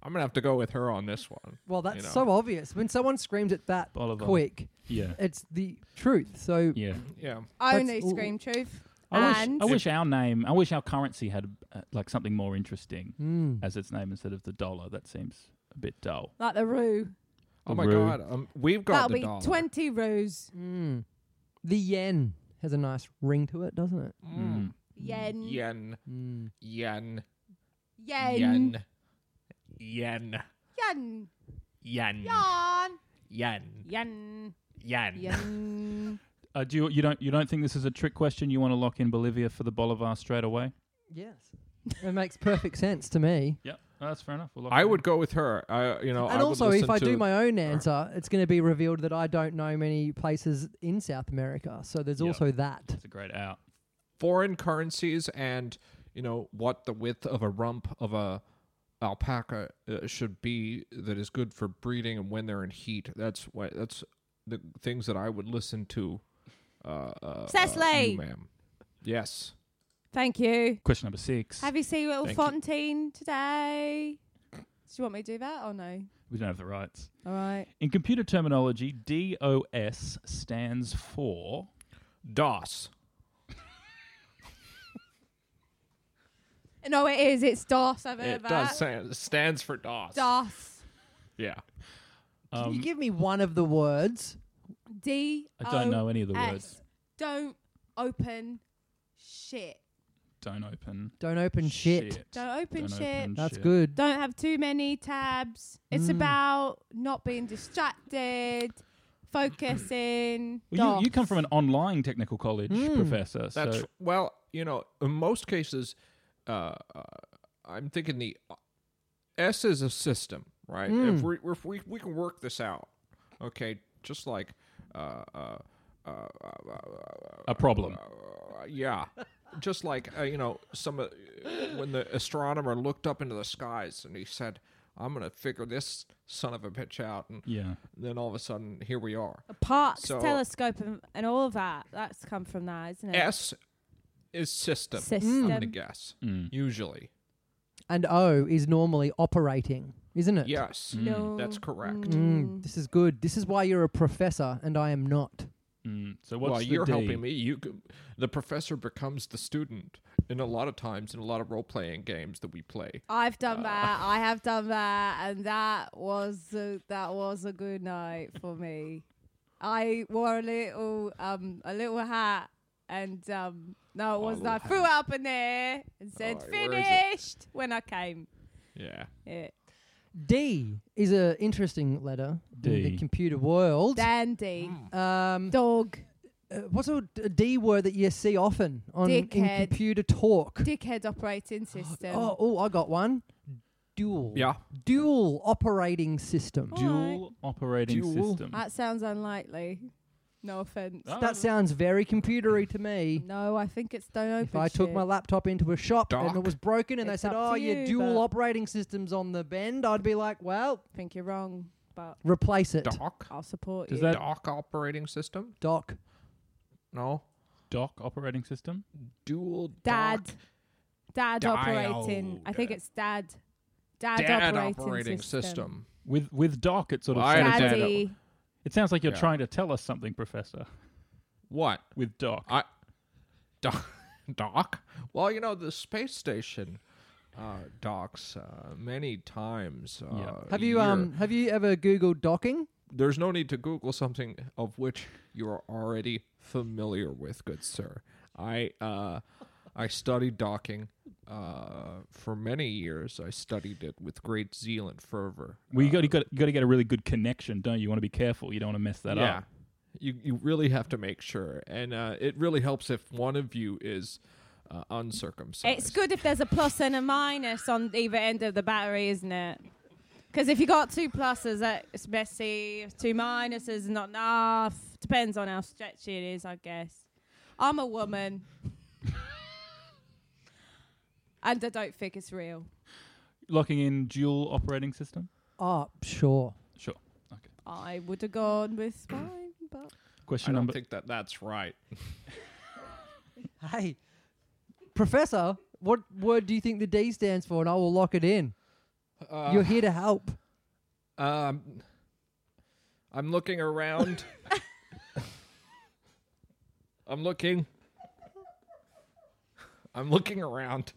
Speaker 4: I'm gonna have to go with her on this one.
Speaker 2: Well, that's
Speaker 4: you know.
Speaker 2: so obvious. When someone screams it that
Speaker 1: Bolivar.
Speaker 2: quick,
Speaker 1: Yeah.
Speaker 2: it's the truth. So
Speaker 1: Yeah.
Speaker 4: Yeah.
Speaker 3: Only
Speaker 2: all-
Speaker 3: Scream Truth.
Speaker 1: I wish,
Speaker 3: and
Speaker 1: I wish our name, I wish our currency had uh, like something more interesting
Speaker 2: mm.
Speaker 1: as its name instead of the dollar. That seems a bit dull.
Speaker 3: like the Roo.
Speaker 4: Oh my
Speaker 1: Roo.
Speaker 4: God. Um, we've got
Speaker 3: That'll
Speaker 4: the
Speaker 3: be
Speaker 4: dollar.
Speaker 3: twenty roos.
Speaker 2: Mm. the yen has a nice ring to it, doesn't it?
Speaker 3: Hmm.
Speaker 1: Hmm.
Speaker 4: Mm.
Speaker 3: Yen.
Speaker 4: Yen.
Speaker 2: Mm.
Speaker 4: Yen.
Speaker 3: Yen.
Speaker 4: Yen. Yen.
Speaker 3: Yen.
Speaker 4: Yen.
Speaker 3: Yarn.
Speaker 4: Yen.
Speaker 3: Yen.
Speaker 4: Yen.
Speaker 3: Yen.
Speaker 1: Uh, do you, you don't you don't think this is a trick question? You want to lock in Bolivia for the bolivar straight away?
Speaker 2: Yes. it makes perfect sense to me.
Speaker 1: Yeah, that's fair enough. We'll lock
Speaker 4: I
Speaker 1: it in.
Speaker 4: would go with her. I, you know,
Speaker 2: And
Speaker 4: Oh, I would
Speaker 2: also, if
Speaker 4: listen
Speaker 2: I
Speaker 4: to-
Speaker 2: do my own answer, it's going to be revealed that I don't know many places in South America. So there's
Speaker 1: Yeah.
Speaker 2: also that.
Speaker 1: It's a great out.
Speaker 4: foreign currencies and you know what the width of a rump of a alpaca uh, should be that is good for breeding and when they're in heat. That's why. That's the things that I would listen to. Uh, uh, uh,
Speaker 3: Cecily.
Speaker 4: you, ma'am. Yes.
Speaker 3: Thank you.
Speaker 1: Question number six.
Speaker 3: Have you seen Little
Speaker 4: Thank you.
Speaker 3: Fontaine today? Do you want me to do that or no?
Speaker 1: we don't have the rights.
Speaker 3: All right.
Speaker 1: In computer terminology, DOS stands for.
Speaker 4: DOS.
Speaker 3: No, it is. It's DOS. I've heard
Speaker 4: It
Speaker 3: that.
Speaker 4: does stand, stands for DOS.
Speaker 3: DOS.
Speaker 4: Yeah.
Speaker 2: Can you
Speaker 1: Um,
Speaker 2: give me one of the words?
Speaker 3: D.
Speaker 1: I don't know any of the
Speaker 3: O S.
Speaker 1: words.
Speaker 3: Don't open shit.
Speaker 1: Don't open.
Speaker 2: Don't open shit.
Speaker 3: Don't open
Speaker 1: Don't
Speaker 3: shit.
Speaker 1: open
Speaker 2: That's
Speaker 1: shit.
Speaker 2: good.
Speaker 3: Don't have too many tabs. It's
Speaker 1: Mm.
Speaker 3: about not being distracted, focusing.
Speaker 1: Well, you, you
Speaker 3: DOS.
Speaker 1: come from an online technical college,
Speaker 2: Hmm.
Speaker 1: Professor. So
Speaker 4: That's well, you know, in most cases, uh, uh, I'm thinking the uh, S is a system, right? If, we, if we we can work this out, okay, just like, uh, uh, uh,
Speaker 1: a problem.
Speaker 4: uh, yeah, just like uh, you know, some uh, when the astronomer looked up into the skies and he said, "I'm gonna figure this son of a bitch out," and
Speaker 1: Yeah.
Speaker 4: then all of a sudden here we are.
Speaker 3: Parkes
Speaker 4: So-
Speaker 3: telescope and, and all of that. That's come from that, isn't it?
Speaker 4: S is system. I'm gonna
Speaker 3: System.
Speaker 4: guess usually.
Speaker 2: And O is normally operating, isn't it?
Speaker 4: Yes,
Speaker 3: No.
Speaker 4: that's correct.
Speaker 2: Mm, this is good. This is why you're a professor and I am not.
Speaker 1: Mm. So what's
Speaker 4: Well,
Speaker 1: the
Speaker 4: you're
Speaker 1: D?
Speaker 4: helping me. You, c- the professor becomes the student, and a lot of times in a lot of role playing games that we play.
Speaker 3: I've done that. I have done that, and that was a, that was a good night for me. I wore a little um a little hat, and um no, it wasn't. I threw it up in the air and said
Speaker 4: Alright, where is it?
Speaker 3: "finished" when I came.
Speaker 4: Yeah.
Speaker 3: Yeah.
Speaker 2: D is an interesting letter in the
Speaker 1: D.
Speaker 2: computer world.
Speaker 3: Dandy.
Speaker 2: Um,
Speaker 3: Dog.
Speaker 2: uh, what's a d- a D word that you see often on in
Speaker 3: Dickhead.
Speaker 2: computer talk?
Speaker 3: Dickhead operating system.
Speaker 2: Oh, oh, I got one. Dual.
Speaker 4: Yeah.
Speaker 2: Dual operating system.
Speaker 3: Alright.
Speaker 1: Dual operating
Speaker 4: Dual.
Speaker 1: system.
Speaker 3: That sounds unlikely. No offense.
Speaker 1: Oh.
Speaker 2: That sounds very computery to me.
Speaker 3: No, I think it's don't open.
Speaker 2: If I took
Speaker 3: shit.
Speaker 2: my laptop into a shop and it
Speaker 4: Doc.
Speaker 2: was broken and
Speaker 3: It's
Speaker 2: they said,
Speaker 3: up to
Speaker 2: "Oh, your
Speaker 3: you,
Speaker 2: dual
Speaker 3: but-
Speaker 2: operating system's on the bend," I'd be like, "Well,
Speaker 3: I think you're wrong, but
Speaker 2: replace it." Doc.
Speaker 4: Doc.
Speaker 3: I'll support
Speaker 1: Does
Speaker 3: you.
Speaker 1: that
Speaker 4: Doc operating system? No.
Speaker 1: doc operating system?
Speaker 4: Dual
Speaker 3: dad,
Speaker 4: doc.
Speaker 3: dad
Speaker 4: Diode.
Speaker 3: operating. I think it's dad. Dad,
Speaker 4: Dad
Speaker 3: operating, system.
Speaker 1: With with doc, it sort of
Speaker 4: Well, I had
Speaker 1: sounds,
Speaker 4: a dad
Speaker 3: Daddy.
Speaker 1: it sounds like you're
Speaker 4: Yeah.
Speaker 1: trying to tell us something, Professor.
Speaker 4: What?
Speaker 1: With doc,
Speaker 4: I doc doc. Well, you know the space station uh, docks uh, many times. Uh,
Speaker 1: Yeah.
Speaker 2: Have
Speaker 4: a
Speaker 2: you
Speaker 4: year.
Speaker 2: um have you ever googled docking?
Speaker 4: There's no need to Google something of which you are already familiar with, good sir. I uh, I studied docking uh, for many years. I studied it with great zeal and fervor.
Speaker 1: well, you
Speaker 4: Uh,
Speaker 1: got you got you got to get a really good connection, don't you? You want to be careful. You don't want to mess that up.
Speaker 4: You you really have to make sure, and uh, it really helps if one of you is uh, uncircumcised.
Speaker 3: It's good if there's a plus and a minus on either end of the battery, isn't it? Because if you got two pluses, that- it's messy. Two minuses, not enough. Depends on how stretchy it is, I guess. I'm a woman, and I don't think it's real.
Speaker 1: Locking in dual operating system.
Speaker 2: Oh, sure.
Speaker 1: Sure. Okay.
Speaker 3: I would have gone with mine, but
Speaker 1: Question
Speaker 4: I don't
Speaker 1: number.
Speaker 4: think that that's right.
Speaker 2: Hey, Professor, what word do you think the D stands for? And I will lock it in.
Speaker 4: Uh,
Speaker 2: You're here to help.
Speaker 4: Um, I'm looking around. I'm looking. I'm looking around.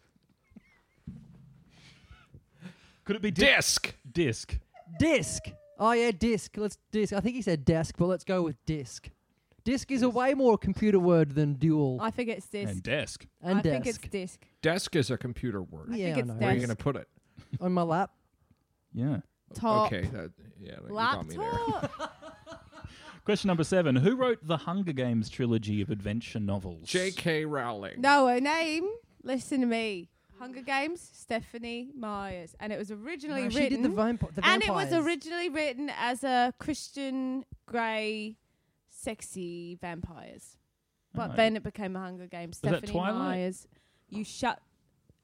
Speaker 1: Could it be di-
Speaker 4: Disc.
Speaker 1: disc?
Speaker 2: Disc. Oh yeah, disc. Let's disc. I think he said desk, but let's go with disc. Disc is a way more computer word than dual
Speaker 3: I think it's disc.
Speaker 1: and desk?
Speaker 2: and
Speaker 3: I
Speaker 2: desk.
Speaker 3: think it's disc.
Speaker 4: Desk is a computer word.
Speaker 3: I
Speaker 2: Yeah,
Speaker 3: think
Speaker 2: I
Speaker 3: it's
Speaker 2: know.
Speaker 4: Where are you
Speaker 3: desk.
Speaker 4: gonna put it?
Speaker 2: on my lap.
Speaker 1: Yeah.
Speaker 3: Top.
Speaker 4: Okay. That, yeah. You got me there.
Speaker 3: Oh. Laptop.
Speaker 1: Question number seven. Who wrote the Hunger Games trilogy of adventure novels?
Speaker 4: J.K. Rowling.
Speaker 3: no, her name. Listen to me. Hunger Games, Stephanie Myers. And it was originally
Speaker 2: No,
Speaker 3: written.
Speaker 2: she did the, vamp- the
Speaker 3: and it was
Speaker 2: vampires.
Speaker 3: originally written as a Christian grey, sexy vampires. But
Speaker 1: Oh.
Speaker 3: then it became a Hunger Games.
Speaker 1: that
Speaker 3: Stephanie
Speaker 1: Twilight?
Speaker 3: Myers. You shut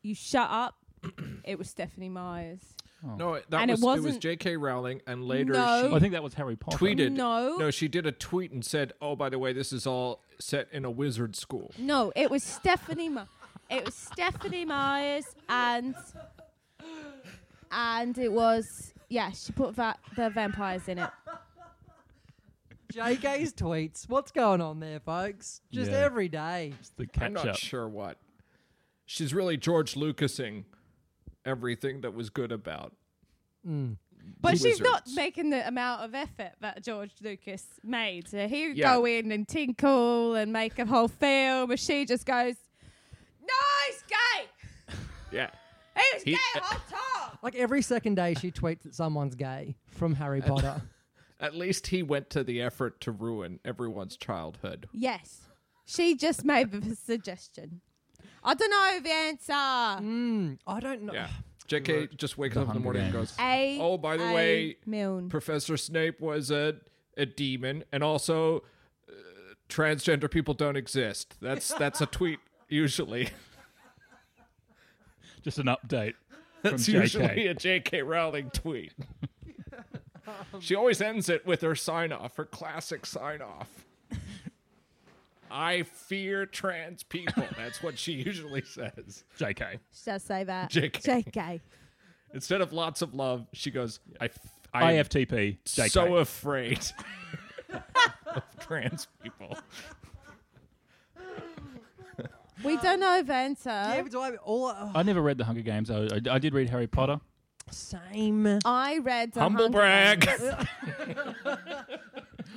Speaker 3: you shut up. it was Stephanie Myers.
Speaker 4: No, it- that
Speaker 3: And it
Speaker 4: was, it was
Speaker 3: wasn't-
Speaker 4: J.K. Rowling, and later
Speaker 3: No.
Speaker 4: she
Speaker 1: I think that was Harry Potter.
Speaker 4: tweeted.
Speaker 3: No.
Speaker 4: no, she did a tweet and said, "Oh, by the way, this is all set in a wizard school."
Speaker 3: No, it was Stephanie. My- it was Stephanie Myers, and and it was yeah. She put va- the vampires in it.
Speaker 2: JK's tweets. What's going on there, folks? Just
Speaker 1: Yeah.
Speaker 2: every day.
Speaker 1: It's the catch
Speaker 4: I'm not
Speaker 1: up.
Speaker 4: sure what. She's really George Lucasing everything that was good about.
Speaker 3: But
Speaker 4: The
Speaker 3: she's not
Speaker 4: wizards.
Speaker 3: making the amount of effort that George Lucas made. So he would
Speaker 4: Yeah.
Speaker 3: go in and tinkle and make a whole film, and she just goes, "No, he's gay.
Speaker 4: Yeah.
Speaker 3: He was
Speaker 4: He- uh,
Speaker 3: gay the whole time."
Speaker 2: Like every second day, she tweets that someone's gay from Harry Potter.
Speaker 4: At least he went to the effort to ruin everyone's childhood.
Speaker 3: Yes, she just made the suggestion. I don't know the answer.
Speaker 4: Mm.
Speaker 2: I don't know.
Speaker 4: Yeah. JK just wakes
Speaker 1: The
Speaker 4: up in the
Speaker 1: Hunger
Speaker 4: morning and
Speaker 1: Games.
Speaker 4: goes,
Speaker 3: A.
Speaker 4: Oh, by the
Speaker 3: A.
Speaker 4: way,
Speaker 3: Milne.
Speaker 4: Professor Snape was a, a demon, and also uh, transgender people don't exist. That's that's a tweet usually.
Speaker 1: Just an update.
Speaker 4: That's
Speaker 1: from JK.
Speaker 4: usually a J.K. Rowling tweet. she always ends it with her sign off, her classic sign off. I fear trans people. That's what she usually says.
Speaker 1: JK.
Speaker 3: Just say that.
Speaker 4: JK.
Speaker 3: JK.
Speaker 4: Instead of lots of love, she goes, I, f- I am
Speaker 1: IFTP. JK.
Speaker 4: so afraid of trans people.
Speaker 3: We don't know the answer.
Speaker 2: Yeah, but do I all uh,
Speaker 1: I never read the Hunger Games. I, I, I did read Harry Potter.
Speaker 2: same.
Speaker 3: I read the
Speaker 4: Humble
Speaker 3: Hunger
Speaker 4: brag.
Speaker 3: Games.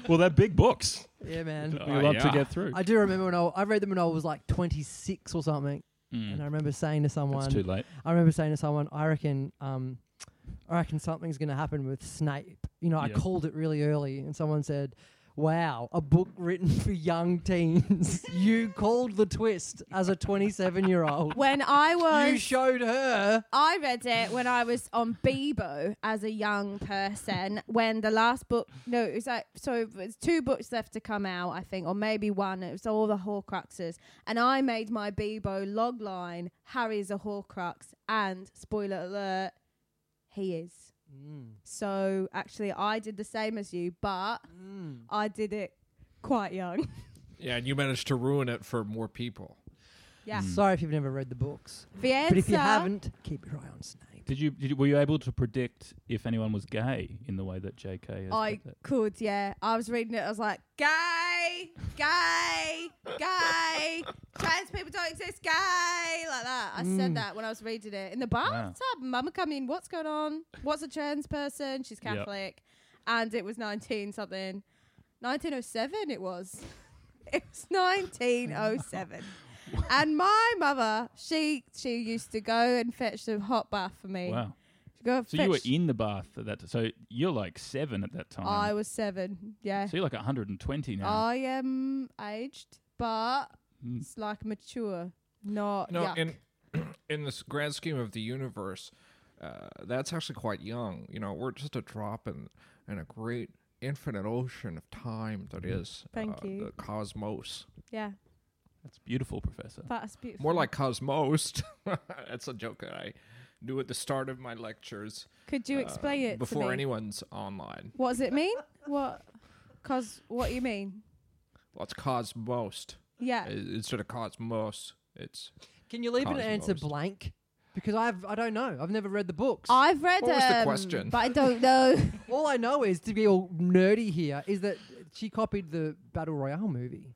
Speaker 1: Well, they're big books.
Speaker 2: Yeah, man.
Speaker 1: We love to
Speaker 4: Oh, yeah.
Speaker 1: get through.
Speaker 2: I do remember when I, I read them when I was like 26 or something. And I remember saying to someone,
Speaker 1: It's too late.
Speaker 2: I remember saying to someone, I reckon, um, I reckon something's going to happen with Snape. You know,
Speaker 1: Yeah.
Speaker 2: I called it really early, and someone said, "Wow, a book written for young teens. you called the twist as a 27-year-old.
Speaker 3: When I was
Speaker 2: you showed her."
Speaker 3: I read it when I was on Bebo as a young person. When the last book, no, it was like so. It was two books left to come out, I think, or maybe one. It was all the Horcruxes, and I made my Bebo log line: Harry's a Horcrux, and spoiler alert, he is. So actually, I did the same as you, but I did it quite young.
Speaker 4: Yeah, and you managed to ruin it for more people.
Speaker 3: yeah,
Speaker 2: Sorry if you've never read the books,
Speaker 3: the answer.
Speaker 2: Mm. but if you haven't, keep your eye on Snape.
Speaker 1: Did you, did you were you able to predict if anyone was gay in the way that J.K. has
Speaker 3: I
Speaker 1: said that?
Speaker 3: could, yeah. I was reading it. I was like, gay, gay, gay. Trans people don't exist. Gay, like that. I
Speaker 1: Mm.
Speaker 3: said that when I was reading it in the bathtub. Mum would come in. What's going on? What's a trans person? She's
Speaker 1: Yep.
Speaker 3: Catholic, and it was nineteen something, nineteen oh seven. It was. It was nineteen oh seven. And my mother, she she used to go and fetch the hot bath for me.
Speaker 1: Wow.
Speaker 3: She'd go
Speaker 1: So you were
Speaker 3: fetch-
Speaker 1: in the bath at that. T- so you're like seven at that time.
Speaker 3: I was seven. Yeah.
Speaker 1: so you're like 120 now.
Speaker 3: I am aged, but
Speaker 2: Mm.
Speaker 3: it's like mature, not
Speaker 4: No,
Speaker 3: yuck.
Speaker 4: in in this grand scheme of the universe, uh, that's actually quite young. You know, we're just a drop in in a great infinite ocean of time that
Speaker 1: Mm-hmm.
Speaker 4: is
Speaker 3: Thank
Speaker 4: uh,
Speaker 3: you.
Speaker 4: the cosmos.
Speaker 3: yeah,
Speaker 1: That's beautiful, Professor.
Speaker 3: that's beautiful.
Speaker 4: More like cosmos. that's a joke that I do at the start of my lectures uh,
Speaker 3: Could you explain it
Speaker 4: before
Speaker 3: to me?
Speaker 4: anyone's online.
Speaker 3: What does it mean? what? Cause what do you mean?
Speaker 4: Well, it's cosmos.
Speaker 3: Yeah.
Speaker 4: I- Instead of cosmos, it's
Speaker 2: Can you leave an
Speaker 4: Cosmos.
Speaker 2: answer blank? Because I've I don't know. I've never read the books.
Speaker 3: I've read
Speaker 4: What was the
Speaker 3: um,
Speaker 4: question?
Speaker 3: but I don't know.
Speaker 2: all I know is to be all nerdy here is that she copied the battle royale movie.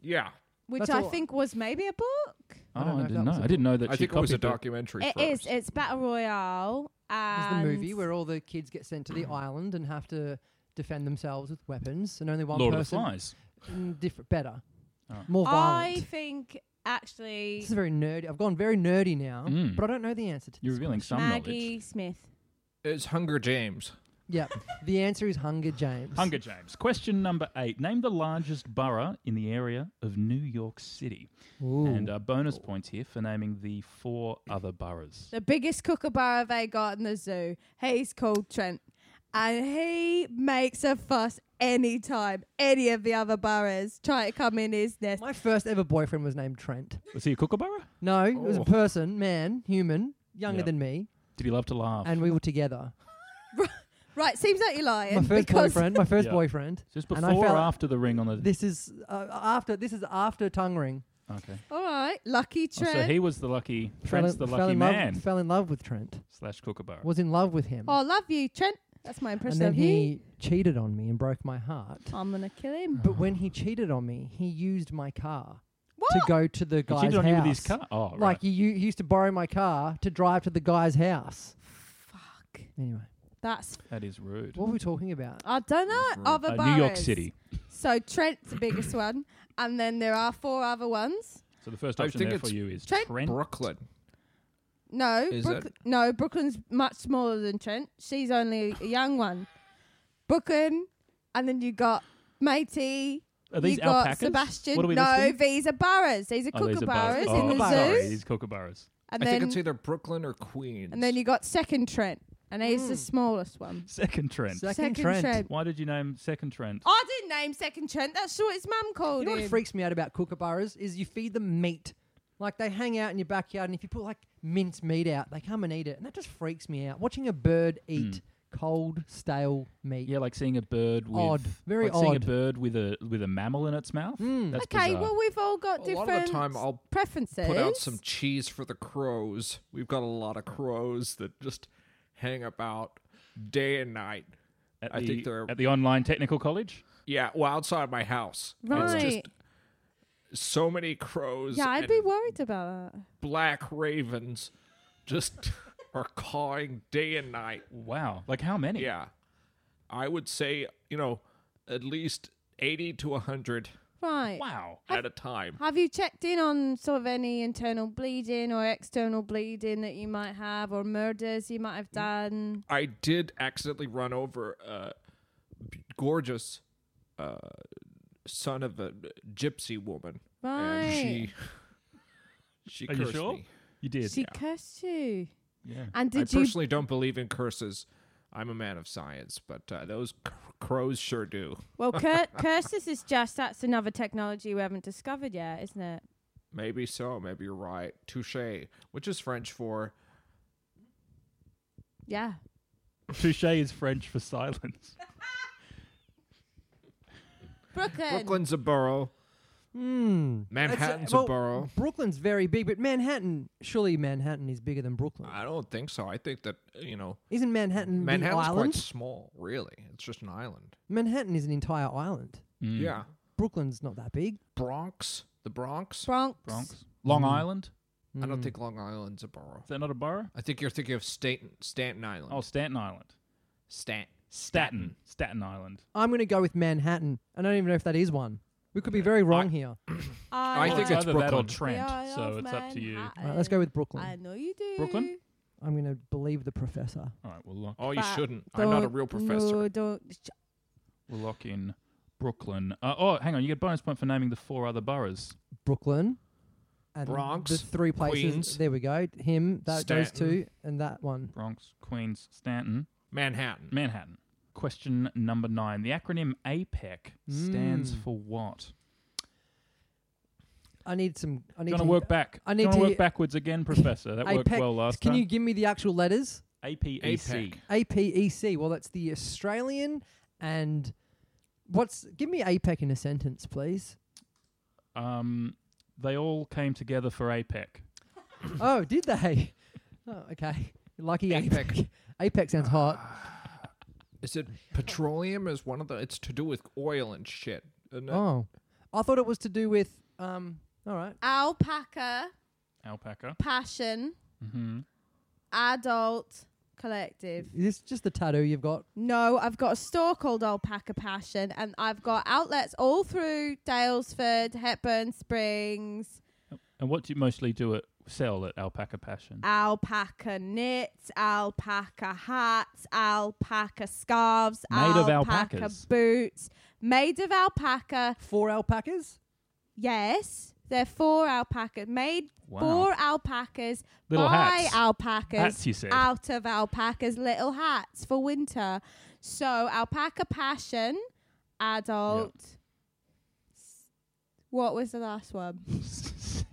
Speaker 4: yeah.
Speaker 3: Which
Speaker 2: That's
Speaker 3: I
Speaker 2: all-
Speaker 3: think was maybe a book.
Speaker 1: Oh,
Speaker 2: don't
Speaker 1: I
Speaker 2: know if that
Speaker 1: didn't know.
Speaker 2: was a
Speaker 1: I didn't know that
Speaker 4: I
Speaker 1: she
Speaker 4: think it was a
Speaker 1: copied the-
Speaker 4: documentary.
Speaker 3: It
Speaker 4: first.
Speaker 3: is. It's battle royale.
Speaker 2: It's
Speaker 3: And Mm.
Speaker 2: the movie where all the kids get sent to the island and have to defend themselves with weapons, and only one
Speaker 1: Lord of the
Speaker 2: person.
Speaker 1: Flies. Ah.
Speaker 2: Mm, different, better, more
Speaker 3: I
Speaker 2: violent.
Speaker 3: think actually
Speaker 2: this is very nerdy. I've gone very nerdy now, but I don't know the answer to
Speaker 1: Mm. You're
Speaker 2: this.
Speaker 1: revealing some
Speaker 3: Maggie
Speaker 1: knowledge.
Speaker 3: Smith.
Speaker 4: It's Hunger James.
Speaker 2: Yeah, the answer is Hunger James.
Speaker 1: Hunger James. Question number eight. Name the largest borough in the area of New York City. And uh, bonus points here for naming the four other boroughs.
Speaker 3: the biggest kookaburra they got in the zoo. He's called Trent. And he makes a fuss anytime any of the other burrows try to come in his
Speaker 1: uh,
Speaker 3: nest.
Speaker 2: My first ever boyfriend was named Trent.
Speaker 1: Was he a kookaburra?
Speaker 2: No, it was
Speaker 1: Oh.
Speaker 2: a person, man, human, younger
Speaker 1: Yeah. Oh.
Speaker 2: than me,
Speaker 1: Did he love to laugh?
Speaker 2: and we were together.
Speaker 3: right, seems like you're lying.
Speaker 2: My first
Speaker 3: because
Speaker 2: boyfriend. My first
Speaker 1: Yeah.
Speaker 2: boyfriend.
Speaker 1: Is this
Speaker 2: and
Speaker 1: before
Speaker 2: I
Speaker 1: or
Speaker 2: fell-
Speaker 1: after the ring on the?
Speaker 2: This is uh, after. This is after tongue ring.
Speaker 1: okay.
Speaker 3: All right, lucky
Speaker 1: Oh,
Speaker 3: Trent.
Speaker 1: so he was the lucky. Trent's the lucky
Speaker 2: in
Speaker 1: man.
Speaker 2: Love, fell in love with Trent.
Speaker 1: slash kookaburra.
Speaker 2: Was in love with him.
Speaker 3: oh, love you, Trent. That's my
Speaker 2: and
Speaker 3: impression
Speaker 2: then
Speaker 3: of you.
Speaker 2: he cheated on me and broke my heart.
Speaker 3: I'm gonna kill him.
Speaker 2: But when he cheated on me, he used my car
Speaker 3: What?
Speaker 2: to go to the
Speaker 1: he
Speaker 2: guy's
Speaker 1: cheated on
Speaker 2: house.
Speaker 1: you with his car. Oh, right.
Speaker 2: Like he, u- he used to borrow my car to drive to the guy's house.
Speaker 3: Fuck.
Speaker 2: Anyway,
Speaker 3: That's
Speaker 1: that is rude.
Speaker 2: what were we talking about?
Speaker 3: I don't know other
Speaker 1: Uh, New York
Speaker 3: boroughs.
Speaker 1: City.
Speaker 3: So Trent's the biggest one, and then there are four other ones.
Speaker 1: So the first
Speaker 4: I
Speaker 1: option
Speaker 4: think
Speaker 1: there for
Speaker 4: it's
Speaker 1: you is
Speaker 3: Trent
Speaker 1: Trent.
Speaker 4: Brooklyn.
Speaker 3: No,
Speaker 4: Is
Speaker 3: Brook-
Speaker 4: it?
Speaker 3: no, Brooklyn's much smaller than Trent. She's only a young one. Brooklyn, and then you got Matey.
Speaker 1: Are these
Speaker 3: you got
Speaker 1: alpacas?
Speaker 3: Sebastian.
Speaker 1: What are we
Speaker 3: no,
Speaker 1: listing?
Speaker 3: these are burrows. These are
Speaker 1: Oh, these are
Speaker 3: kookaburras
Speaker 1: burrows.
Speaker 3: in
Speaker 1: oh,
Speaker 3: the
Speaker 2: Kookaburras.
Speaker 1: Sorry,
Speaker 3: zoo.
Speaker 1: these kookaburras.
Speaker 3: and
Speaker 4: I
Speaker 3: then
Speaker 4: think it's either Brooklyn or Queens.
Speaker 3: and then you got second Trent, and he's the smallest one.
Speaker 1: Hmm. Second Trent.
Speaker 2: Sec- Second Trent.
Speaker 1: Why did you name second Trent?
Speaker 3: I didn't name second Trent. That's what his mum called
Speaker 2: You know
Speaker 3: him.
Speaker 2: what freaks me out about kookaburras is you feed them meat. Like they hang out in your backyard, and if you put like minced meat out, they come and eat it, and that just freaks me out. Watching a bird eat
Speaker 1: Hmm.
Speaker 2: cold, stale meat.
Speaker 1: Yeah, like seeing a bird with
Speaker 2: Odd. Very
Speaker 1: like seeing a
Speaker 2: odd.
Speaker 1: bird with a with a mammal in its mouth. That's
Speaker 3: okay,
Speaker 1: bizarre.
Speaker 3: well we've all got
Speaker 4: A lot of
Speaker 3: different
Speaker 4: the time I'll
Speaker 3: preferences.
Speaker 4: put out some cheese for the crows. We've got a lot of crows that just hang about day and night.
Speaker 1: at
Speaker 4: I
Speaker 1: the,
Speaker 4: think they're
Speaker 1: at the online technical college.
Speaker 4: yeah, well outside my house.
Speaker 3: right.
Speaker 4: It's just so many crows
Speaker 3: yeah, I'd
Speaker 4: and
Speaker 3: be worried about that.
Speaker 4: black ravens just are cawing day and night.
Speaker 1: Wow, like how many?
Speaker 4: Yeah. I would say, you know, at least 80 to 100
Speaker 3: Right.
Speaker 1: Wow.
Speaker 4: at a time.
Speaker 3: Have you checked in on sort of any internal bleeding or external bleeding that you might have or murders you
Speaker 4: Mm.
Speaker 3: might have done?
Speaker 4: I did accidentally run over a b- gorgeous uh, son of a gypsy woman, and she she
Speaker 1: Are
Speaker 4: cursed
Speaker 1: you sure?
Speaker 4: me.
Speaker 1: You did.
Speaker 3: She cursed you.
Speaker 1: yeah.
Speaker 3: And did
Speaker 4: I
Speaker 3: you
Speaker 4: personally don't believe in curses. I'm a man of science, but uh, those cr- crows sure do.
Speaker 3: Well, cur- curses is just that's another technology we haven't discovered yet, isn't it?
Speaker 4: Maybe so. Maybe you're right. Touche, which is French for
Speaker 3: Yeah.
Speaker 1: Touche is French for silence.
Speaker 3: Brooklyn.
Speaker 4: Brooklyn's a borough.
Speaker 2: Hmm. That's-
Speaker 4: Manhattan's
Speaker 2: well,
Speaker 4: a borough.
Speaker 2: Brooklyn's very big, but Manhattan, surely Manhattan is bigger than Brooklyn.
Speaker 4: I don't think so. I think that you know
Speaker 2: Isn't Manhattan
Speaker 4: Manhattan's
Speaker 2: the
Speaker 4: quite
Speaker 2: island?
Speaker 4: small. Really, it's just an island.
Speaker 2: Manhattan is an entire island.
Speaker 1: Mm.
Speaker 4: Yeah,
Speaker 2: Brooklyn's not that big.
Speaker 4: Bronx, the Bronx.
Speaker 3: Bronx.
Speaker 1: Bronx. Long Island.
Speaker 4: I
Speaker 1: Hmm.
Speaker 4: don't think Long Island's a borough.
Speaker 1: Is that not a borough?
Speaker 4: I think you're thinking of Staten, Staten Island.
Speaker 1: Oh, Staten Island.
Speaker 4: Stan.
Speaker 1: Staten. Staten Island.
Speaker 2: I'm going to go with Manhattan. I don't even know if that is one. We could be very wrong here.
Speaker 4: I think
Speaker 1: it's
Speaker 4: it's
Speaker 1: either that or
Speaker 4: Brooklyn.
Speaker 1: Trent. So it's up to you. All
Speaker 2: All right, let's go with
Speaker 3: I
Speaker 2: Brooklyn.
Speaker 3: know you do.
Speaker 1: Brooklyn?
Speaker 2: I'm going to believe the professor.
Speaker 1: right, we'll lock,
Speaker 4: Oh, you
Speaker 3: But
Speaker 4: shouldn't. I'm not a
Speaker 3: don't-
Speaker 4: real professor.
Speaker 3: No, don't.
Speaker 1: we'll lock in Brooklyn. Uh, oh, hang on. You get bonus point for naming the four other boroughs.
Speaker 2: Brooklyn. And
Speaker 4: Bronx,
Speaker 2: The three places.
Speaker 4: Queens,
Speaker 2: there we go. Him, that, those
Speaker 4: Staten.
Speaker 2: two, and that one.
Speaker 1: Bronx, Queens, Stanton,
Speaker 4: Manhattan.
Speaker 1: Manhattan. Question number nine. The acronym APEC
Speaker 2: Hmm.
Speaker 1: stands for what?
Speaker 2: I need some. I need
Speaker 1: Gonna
Speaker 2: to
Speaker 1: work back.
Speaker 2: I need
Speaker 1: Gonna
Speaker 2: to-
Speaker 1: work backwards again, Professor. That worked
Speaker 2: APEC.
Speaker 1: well last
Speaker 2: Can
Speaker 1: time. E
Speaker 2: you E give me the actual letters?
Speaker 1: APEC.
Speaker 4: APEC.
Speaker 2: APEC. Well, that's the Australian and what's. Give me APEC in a sentence, please.
Speaker 1: Um, they all came together for E APEC.
Speaker 2: oh, did they? Oh, okay. Lucky
Speaker 1: E
Speaker 2: E
Speaker 4: APEC.
Speaker 2: APEC. APEC sounds hot.
Speaker 1: Ah,
Speaker 4: Is it petroleum? Is one of the? It's to do with oil and uh, shit. isn't it?
Speaker 2: Oh, I thought it was to do with. Um. All right.
Speaker 3: Alpaca,
Speaker 1: Alpaca.
Speaker 3: passion,
Speaker 1: Mm-hmm.
Speaker 3: adult, collective.
Speaker 2: Is this just the tattoo you've got?
Speaker 3: No, I've got a store called Alpaca Passion, and I've got outlets all through Dalesford, Hepburn Springs,
Speaker 1: And what do you mostly do at sell at Alpaca Passion?
Speaker 3: alpaca knits, alpaca hats, alpaca scarves,
Speaker 1: Made of
Speaker 3: alpaca
Speaker 1: alpacas.
Speaker 3: boots, made of alpaca.
Speaker 2: Four alpacas.
Speaker 3: Yes, they're for alpacas, made
Speaker 1: Wow.
Speaker 3: for alpacas
Speaker 1: Little
Speaker 3: by
Speaker 1: hats.
Speaker 3: alpacas.
Speaker 1: Hats, you said.
Speaker 3: Out of alpacas, little hats for winter. So alpaca passion, adult. S- What was the last one?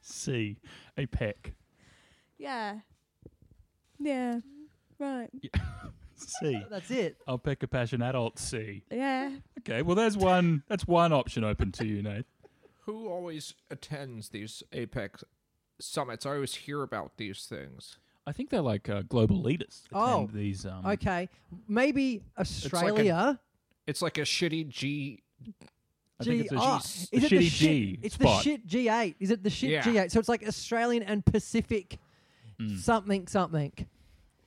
Speaker 1: C. E APEC.
Speaker 3: Yeah. Yeah. Right.
Speaker 1: C.
Speaker 2: That's it.
Speaker 1: Alpaca Passion Adult C.
Speaker 3: Yeah.
Speaker 1: Okay, well there's one that's one option open to you, Nate.
Speaker 4: Who always attends these apex summits? I always hear about these things.
Speaker 1: I think they're like uh, global leaders.
Speaker 2: Oh,
Speaker 1: attend these um,
Speaker 2: Okay. Maybe
Speaker 4: like a-
Speaker 2: Australia.
Speaker 4: It's like a shitty G.
Speaker 1: I think it's a
Speaker 2: oh,
Speaker 1: sh-
Speaker 2: is it
Speaker 1: shitty
Speaker 2: the shit,
Speaker 1: G
Speaker 2: It's
Speaker 1: spot.
Speaker 2: the shit G8. Is it the shit
Speaker 4: Yeah.
Speaker 2: G8? So it's like Australian and Pacific
Speaker 1: Hmm.
Speaker 2: something something.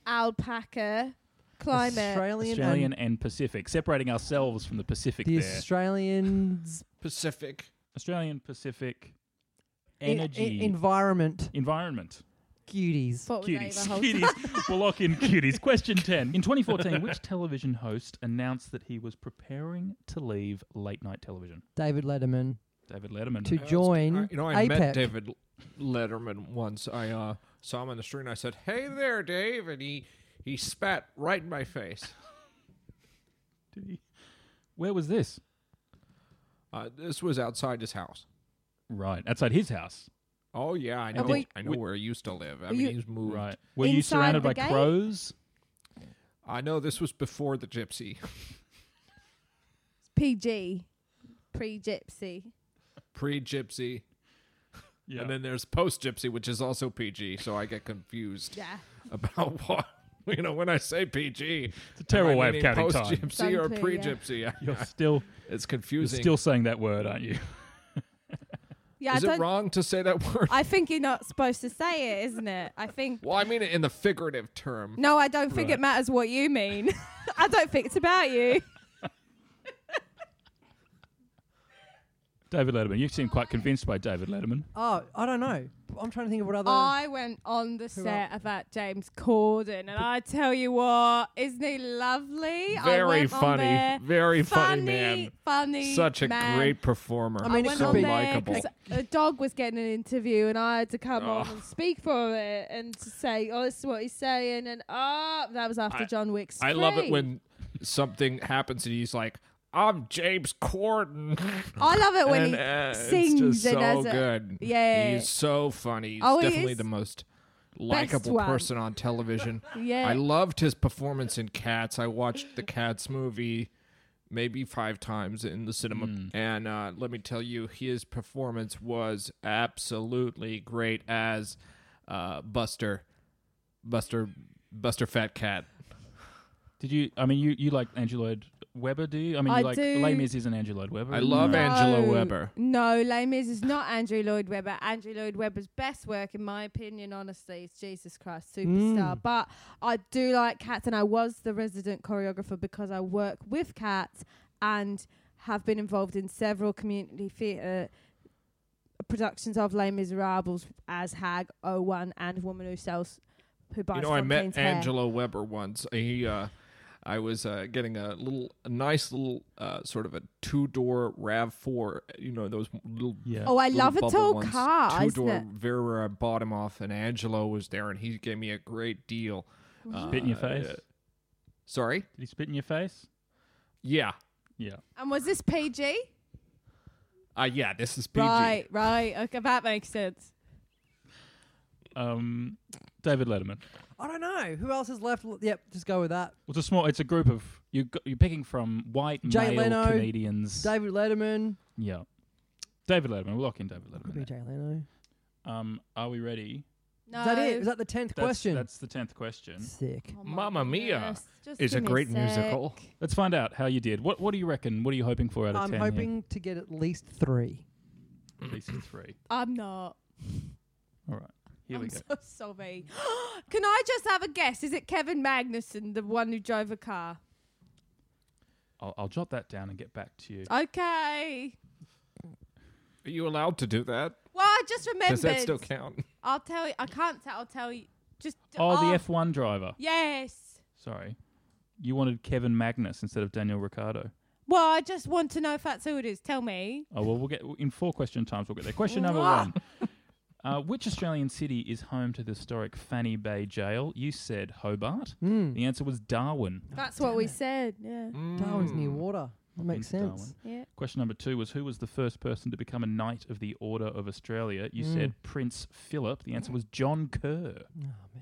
Speaker 3: alpaca climate.
Speaker 2: Australian,
Speaker 1: Australian
Speaker 2: and
Speaker 1: and Pacific, separating ourselves from the Pacific
Speaker 2: the
Speaker 1: there.
Speaker 2: Australians
Speaker 4: Pacific.
Speaker 1: Australian Pacific
Speaker 2: en-
Speaker 1: energy
Speaker 2: en- environment
Speaker 1: environment.
Speaker 2: cuties.
Speaker 3: What was that
Speaker 1: Cuties.
Speaker 3: even hold-
Speaker 1: Cuties. we'll lock in cuties. Question 10. In 2014, which television host announced that he was preparing to leave late night television?
Speaker 2: David Letterman
Speaker 1: David Letterman.
Speaker 2: to
Speaker 4: I was-
Speaker 2: join
Speaker 4: I- you know, I
Speaker 2: APEC.
Speaker 3: E
Speaker 4: met David Letterman once. I uh, saw him on the street and I said, "Hey there, Dave," and he he spat right in my face.
Speaker 1: Did he- Where was this?
Speaker 4: Uh, this was outside his house.
Speaker 1: Right. Outside his house.
Speaker 4: Oh yeah, I know.
Speaker 3: Have we-
Speaker 4: I know where he used to live. I
Speaker 3: you-
Speaker 4: mean, he's moved.
Speaker 1: Right. Were you
Speaker 3: Inside
Speaker 1: surrounded
Speaker 3: the
Speaker 1: by
Speaker 3: gate?
Speaker 1: crows?
Speaker 4: I know this was before the gypsy,
Speaker 3: PG, pre gypsy.
Speaker 4: pre-gypsy,
Speaker 1: Yeah.
Speaker 4: and then there's post-gypsy, which is also PG. So I get confused
Speaker 3: Yeah.
Speaker 4: about what you know when I say PG. It's a
Speaker 1: terrible way of counting time.
Speaker 4: Post-gypsy or
Speaker 3: Unclear, yeah.
Speaker 4: pre-gypsy?
Speaker 1: you're still
Speaker 4: It's
Speaker 1: you're
Speaker 4: confusing.
Speaker 1: still saying that word, aren't you?
Speaker 3: Yeah,
Speaker 4: is
Speaker 3: I
Speaker 4: it
Speaker 3: don't.
Speaker 4: wrong to say that word?
Speaker 3: I think you're not supposed to say it, isn't it? I think.
Speaker 4: well, I mean it in the figurative term.
Speaker 3: No, I don't think it matters what you mean. I don't think it's about you.
Speaker 1: David Letterman. You seem quite convinced by David Letterman.
Speaker 2: Oh, I don't know. I'm trying to think of what other.
Speaker 3: I went on the set of that James Corden, and I tell you what, isn't he lovely? I
Speaker 4: Very
Speaker 3: went on
Speaker 4: funny.
Speaker 3: there.
Speaker 4: Very funny
Speaker 3: funny
Speaker 4: man.
Speaker 3: Funny,
Speaker 4: Such a
Speaker 3: man.
Speaker 4: great performer.
Speaker 2: I mean,
Speaker 3: I
Speaker 2: it
Speaker 3: went
Speaker 2: could
Speaker 4: so
Speaker 3: on
Speaker 2: be-
Speaker 3: there
Speaker 4: likable.
Speaker 3: 'cause a dog was getting an interview, and I had to come on and speak for it and to say, "Oh, this is what he's saying," and ah, that was after
Speaker 4: I-
Speaker 3: John Wick's.
Speaker 4: I love it
Speaker 3: three.
Speaker 4: when something happens and he's like, "I'm James Corden."
Speaker 3: I love it
Speaker 4: and,
Speaker 3: when he
Speaker 4: uh,
Speaker 3: sings
Speaker 4: it's just
Speaker 3: and
Speaker 4: so
Speaker 3: does it.
Speaker 4: good.
Speaker 3: Yeah.
Speaker 4: he's so funny. He's
Speaker 3: Oh, he
Speaker 4: definitely
Speaker 3: is.
Speaker 4: the most likable
Speaker 3: one.
Speaker 4: person on television.
Speaker 3: Yeah.
Speaker 4: I loved his performance in Cats. I watched the Cats movie maybe five times in the cinema, and uh, let me tell you, his performance was absolutely great as uh, Buster, Buster, Buster Fat Cat.
Speaker 1: Did you? I mean, you you like Andrew Lloyd Webber? Do you? I mean,
Speaker 3: I
Speaker 1: you like
Speaker 3: do.
Speaker 1: Les Mis isn't Andrew Lloyd Webber.
Speaker 4: I love
Speaker 1: no.
Speaker 4: Angela
Speaker 3: No,
Speaker 4: Weber.
Speaker 3: No, Les Mis is not Andrew Lloyd Webber. Andrew Lloyd Webber's best work, in my opinion, honestly, is Jesus Christ Superstar.
Speaker 4: Mm.
Speaker 3: But I do like cats, and I was the resident choreographer because I work with cats and have been involved in several community theatre productions of Les Miserables as Hag, O1, and Woman Who Sells. Who buys
Speaker 4: you know, I met
Speaker 3: Fontaine's hair.
Speaker 4: Angelo Weber once. He, uh, I was uh, getting a little, a nice little, uh, sort of a two-door Rav Four. You know, those little.
Speaker 1: Yeah.
Speaker 3: Oh, I
Speaker 4: little
Speaker 3: love a
Speaker 4: bubble
Speaker 3: tall
Speaker 4: ones,
Speaker 3: car, isn't
Speaker 4: Two-door
Speaker 3: it?
Speaker 4: Vera bottom off, and Angelo was there, and he gave me a great deal. Uh,
Speaker 1: Spit in your face.
Speaker 4: uh, sorry.
Speaker 1: Did he spit in your face?
Speaker 4: Yeah.
Speaker 1: Yeah.
Speaker 3: And was this PG?
Speaker 4: Uh, yeah. This is PG.
Speaker 3: Right, right. Okay, that makes sense.
Speaker 1: Um, David Letterman.
Speaker 2: I don't know. Who else is left? Yep, just go with that.
Speaker 1: Well, it's a small. It's a group of you. go- You're picking from white
Speaker 2: Jay
Speaker 1: male
Speaker 2: Leno,
Speaker 1: comedians.
Speaker 2: David Letterman.
Speaker 1: yeah. David Letterman. We'll lock in David
Speaker 2: Could be
Speaker 1: Letterman.
Speaker 2: Jay Leno.
Speaker 1: Um, are we ready?
Speaker 3: No.
Speaker 2: Is that it? Is that the tenth
Speaker 1: That's,
Speaker 2: question?
Speaker 1: That's the tenth question.
Speaker 2: sick.
Speaker 3: Oh my
Speaker 4: Mamma Mia
Speaker 3: goodness. Just
Speaker 4: is a
Speaker 3: give me
Speaker 4: great
Speaker 3: sec.
Speaker 4: musical.
Speaker 1: Let's find out how you did. What What do you reckon? What are you hoping for out of
Speaker 2: I'm
Speaker 1: ten? here?
Speaker 2: hoping to get at least three.
Speaker 1: at least three.
Speaker 3: I'm not.
Speaker 1: All right. Here we
Speaker 3: I'm
Speaker 1: go.
Speaker 3: so sorry. Can I just have a guess? Is it Kevin Magnuson, the one who drove a car?
Speaker 1: I'll, I'll jot that down and get back to you.
Speaker 3: Okay.
Speaker 4: Are you allowed to do that?
Speaker 3: Well, I just remembered.
Speaker 4: Does that still count?
Speaker 3: I'll tell you. I can't tell. I'll tell you. Just.
Speaker 1: Oh, the F1 driver.
Speaker 3: Yes.
Speaker 1: Sorry. You wanted Kevin Magnus instead of Daniel Ricciardo.
Speaker 3: Well, I just want to know if that's who it is. Tell me.
Speaker 1: Oh, well, we'll get in four question times. We'll get there. Question number one. Uh, which Australian city is home to the historic Fanny Bay Jail? You said Hobart.
Speaker 2: Hmm.
Speaker 1: The answer was Darwin.
Speaker 3: That's what we said. Yeah.
Speaker 4: Mm.
Speaker 2: Darwin's near water. That makes
Speaker 1: Into
Speaker 2: sense.
Speaker 1: Mm. Darwin.
Speaker 3: Yeah.
Speaker 1: Question number two was Who was the first person to become a Knight of the Order of Australia? You
Speaker 2: Hmm.
Speaker 1: said Prince Philip. The answer was John Kerr.
Speaker 3: Right.
Speaker 2: Oh,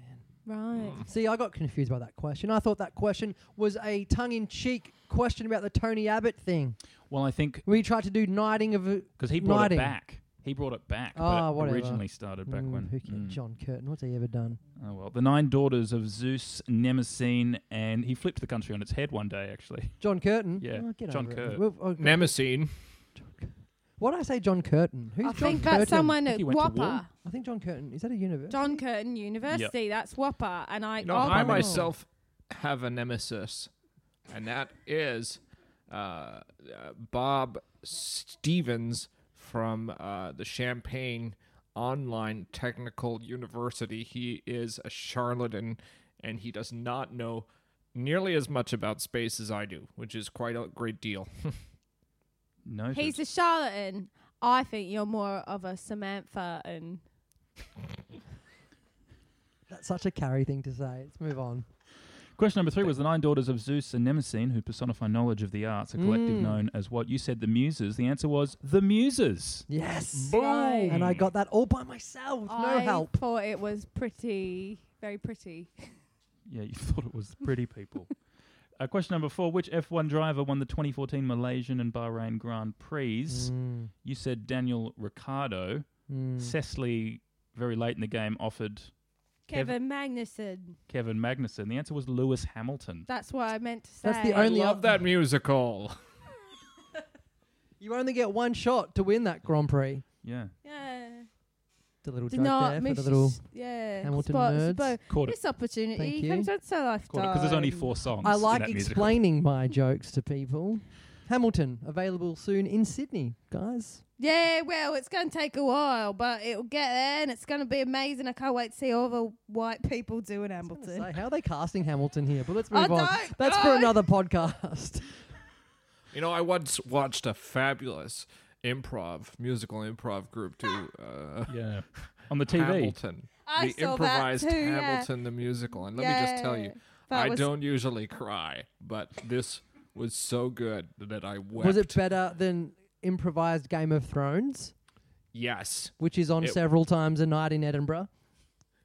Speaker 4: Mm.
Speaker 2: See, I got confused by that question. I thought that question was a tongue-in-cheek question about the Tony Abbott thing.
Speaker 1: Well, I think
Speaker 2: We tried to do knighting of
Speaker 1: because he brought
Speaker 2: knighting.
Speaker 1: it back. He brought it back.
Speaker 2: Ah,
Speaker 1: but it
Speaker 2: whatever.
Speaker 1: originally started back
Speaker 2: Mm,
Speaker 1: when.
Speaker 2: who cares?
Speaker 1: Mm.
Speaker 2: John Curtin? What's he ever done?
Speaker 1: Oh well, the nine daughters of Zeus, Nemesine, and he flipped the country on its head one day. Actually,
Speaker 2: John Curtin?
Speaker 1: Yeah,
Speaker 2: Oh, get
Speaker 1: John
Speaker 2: over it.
Speaker 1: Curt.
Speaker 2: We've- oh,
Speaker 4: Nemesine.
Speaker 2: Why did I say John Curtin? Who's
Speaker 3: I
Speaker 2: John
Speaker 3: think
Speaker 2: Curtin?
Speaker 3: that's someone
Speaker 1: think
Speaker 3: at
Speaker 1: he went to
Speaker 3: Whopper.
Speaker 1: war.
Speaker 2: I think John Curtin. Is that a universe?
Speaker 3: John Curtin University. That's Whopper. And I.
Speaker 4: You know,
Speaker 3: oh
Speaker 4: I
Speaker 3: my God.
Speaker 4: myself have a nemesis, and that is uh, uh, Bob Stevens from uh, the Champaign Online Technical University. He is a charlatan, and he does not know nearly as much about space as I do, which is quite a great deal.
Speaker 1: no.
Speaker 3: He's a charlatan. I think you're more of a Samantha and
Speaker 2: That's such a carry thing to say. Let's move on.
Speaker 1: Question number three was the nine daughters of Zeus and Nemesine, who personify knowledge of the arts, a collective known as what? You said the Muses. The answer was the Muses.
Speaker 2: Yes.
Speaker 3: Right.
Speaker 2: And I got that all by myself. with No
Speaker 3: I
Speaker 2: help.
Speaker 3: thought it was pretty, very pretty.
Speaker 1: Yeah, you thought it was the pretty people. Uh, question number four: Which F1 driver won the 2014 Malaysian and Bahrain Grand Prix?
Speaker 2: Mm.
Speaker 1: You said Daniel Ricciardo. Cecily, very late in the game, offered
Speaker 3: Kevin Magnuson.
Speaker 1: Kevin Magnussen. The answer was Lewis Hamilton.
Speaker 3: That's what I meant to say.
Speaker 2: That's the
Speaker 4: I
Speaker 2: Only
Speaker 4: love
Speaker 2: up-
Speaker 4: that musical.
Speaker 2: You only get one shot to win that Grand Prix.
Speaker 1: Yeah.
Speaker 3: Yeah.
Speaker 2: The little
Speaker 3: Did
Speaker 2: joke
Speaker 3: not
Speaker 2: there for
Speaker 3: miss
Speaker 2: the little.
Speaker 3: s- yeah,
Speaker 2: Hamilton
Speaker 3: spots,
Speaker 2: nerds.
Speaker 3: but
Speaker 1: Caught it.
Speaker 3: This opportunity
Speaker 2: Thank you.
Speaker 3: comes once a lifetime.
Speaker 1: Because there's only four songs.
Speaker 2: I
Speaker 1: in
Speaker 2: like
Speaker 1: that musical.
Speaker 2: explaining my jokes to people. Hamilton available soon in Sydney, guys.
Speaker 3: Yeah, well, it's going to take a while, but it'll get there and it's going to be amazing. I can't wait to see all the white people doing Hamilton.
Speaker 2: Say, how are they casting Hamilton here? But let's
Speaker 3: I
Speaker 2: move on.
Speaker 3: don't
Speaker 2: That's for
Speaker 3: know.
Speaker 2: another podcast.
Speaker 4: You know, I once watched a fabulous improv musical improv group do uh,
Speaker 1: Yeah. On the TV.
Speaker 4: Hamilton.
Speaker 3: I
Speaker 4: we
Speaker 3: saw that
Speaker 4: improvised
Speaker 3: too, yeah.
Speaker 4: Hamilton the musical, and let me just tell you,
Speaker 3: Yeah, that
Speaker 4: I
Speaker 3: was-
Speaker 4: don't usually cry, but this was so good that I wept.
Speaker 2: Was it better than improvised Game of Thrones,
Speaker 4: Yes,
Speaker 2: which is on
Speaker 4: It-
Speaker 2: several times a night in Edinburgh?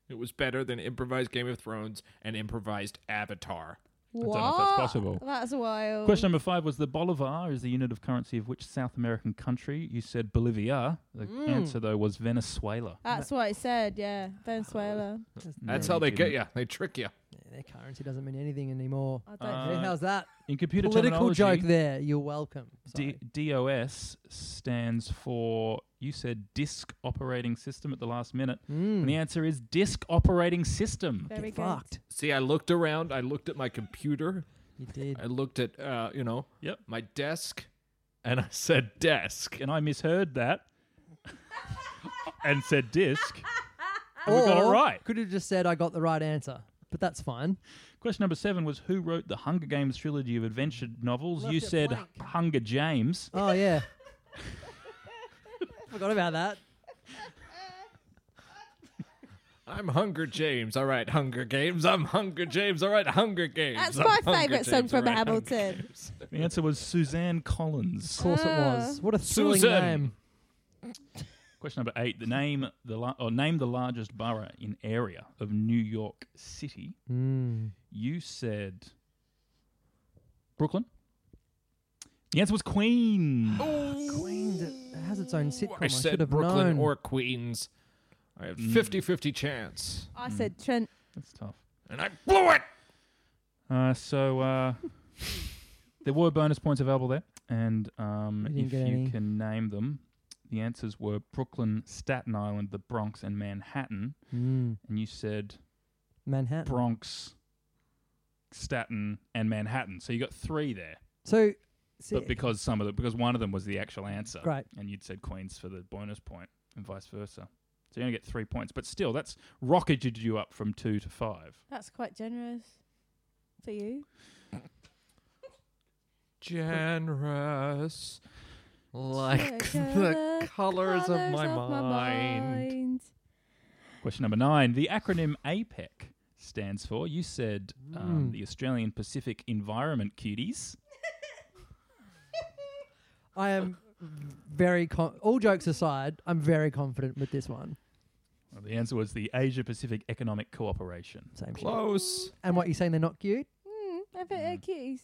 Speaker 4: it was better than improvised Game of Thrones and improvised Avatar.
Speaker 1: don't know if that's possible.
Speaker 3: That's wild.
Speaker 1: Question number five was the bolivar is the unit of currency of which South American country? You said Bolivia. The
Speaker 2: Mm.
Speaker 1: answer though was Venezuela.
Speaker 3: That's what I said, yeah. Venezuela.
Speaker 4: That's how they get you. They trick you.
Speaker 2: Yeah, their currency doesn't mean anything anymore.
Speaker 3: I don't
Speaker 1: Uh,
Speaker 2: Hey, how's that?
Speaker 1: In computer
Speaker 2: Political joke
Speaker 1: terminology,
Speaker 2: there. You're welcome.
Speaker 1: D-
Speaker 2: Sorry.
Speaker 1: DOS stands for you said disk operating system at the last minute.
Speaker 2: Hmm.
Speaker 1: And the answer is disk operating system.
Speaker 3: Very good.
Speaker 2: Fucked.
Speaker 4: See, I looked around. I looked at my computer.
Speaker 2: You did.
Speaker 4: I looked at, uh, you know,
Speaker 1: Yep.
Speaker 4: my desk, and I said desk.
Speaker 1: And I misheard that and said disk.
Speaker 2: or
Speaker 1: we got it right.
Speaker 2: Could have just said I got the right answer, but that's fine.
Speaker 1: Question number seven was who wrote the Hunger Games trilogy of adventure novels?
Speaker 2: Left
Speaker 1: you
Speaker 2: it
Speaker 1: said
Speaker 2: blank.
Speaker 1: Hunger James.
Speaker 2: Oh yeah. Forgot about that.
Speaker 4: I'm Hunger James. All right, Hunger Games. I'm Hunger James. All right, Hunger Games.
Speaker 3: That's
Speaker 4: I'm
Speaker 3: my
Speaker 4: Hunger
Speaker 3: favourite song
Speaker 4: James.
Speaker 3: from
Speaker 4: All right, Hunger
Speaker 3: Hamilton.
Speaker 4: Games.
Speaker 1: The answer was Suzanne
Speaker 2: Of
Speaker 1: Collins.
Speaker 2: course it
Speaker 3: Ah.
Speaker 2: was. What a thrilling
Speaker 4: Susan.
Speaker 2: name.
Speaker 1: Question number eight: The name the la- or name the largest borough in area of New York City.
Speaker 2: Hmm.
Speaker 1: You said Brooklyn. The answer was Queen.
Speaker 2: Queens it has its own sitcom. I,
Speaker 4: I Mm.
Speaker 2: should
Speaker 4: said
Speaker 2: have
Speaker 4: Brooklyn
Speaker 2: known.
Speaker 4: or Queens. I had 50 50 chance.
Speaker 3: I
Speaker 1: Hmm.
Speaker 3: said Trent.
Speaker 1: That's tough.
Speaker 4: And I blew it!
Speaker 1: Uh, so uh, there were bonus points available there, and um,
Speaker 2: We didn't
Speaker 1: if you
Speaker 2: get any.
Speaker 1: can name them, the answers were Brooklyn, Staten Island, the Bronx, and Manhattan.
Speaker 2: Mm,
Speaker 1: And you said
Speaker 2: Manhattan.
Speaker 1: Bronx, Staten, and Manhattan. So you got three there,
Speaker 2: so, see,
Speaker 1: but because some of the because one of them was the actual answer,
Speaker 2: Right.
Speaker 1: And you'd said Queens for the bonus point, and vice versa. So you only get three points, but still, that's rocketed you up from two to five.
Speaker 3: That's quite generous for you.
Speaker 4: Generous. Like
Speaker 3: Together,
Speaker 4: the colors of my mind.
Speaker 3: mind.
Speaker 1: Question number nine. The acronym APEC stands for, you said,
Speaker 2: Mm.
Speaker 1: um, the Australian Pacific Environment Cuties.
Speaker 2: I am very con- all jokes aside, I'm very confident with this one.
Speaker 1: Well, the answer was the Asia Pacific Economic Cooperation.
Speaker 2: Same shit.
Speaker 4: Close.
Speaker 2: And what you saying? They're not cute.
Speaker 3: Mm, I bet they're cuties.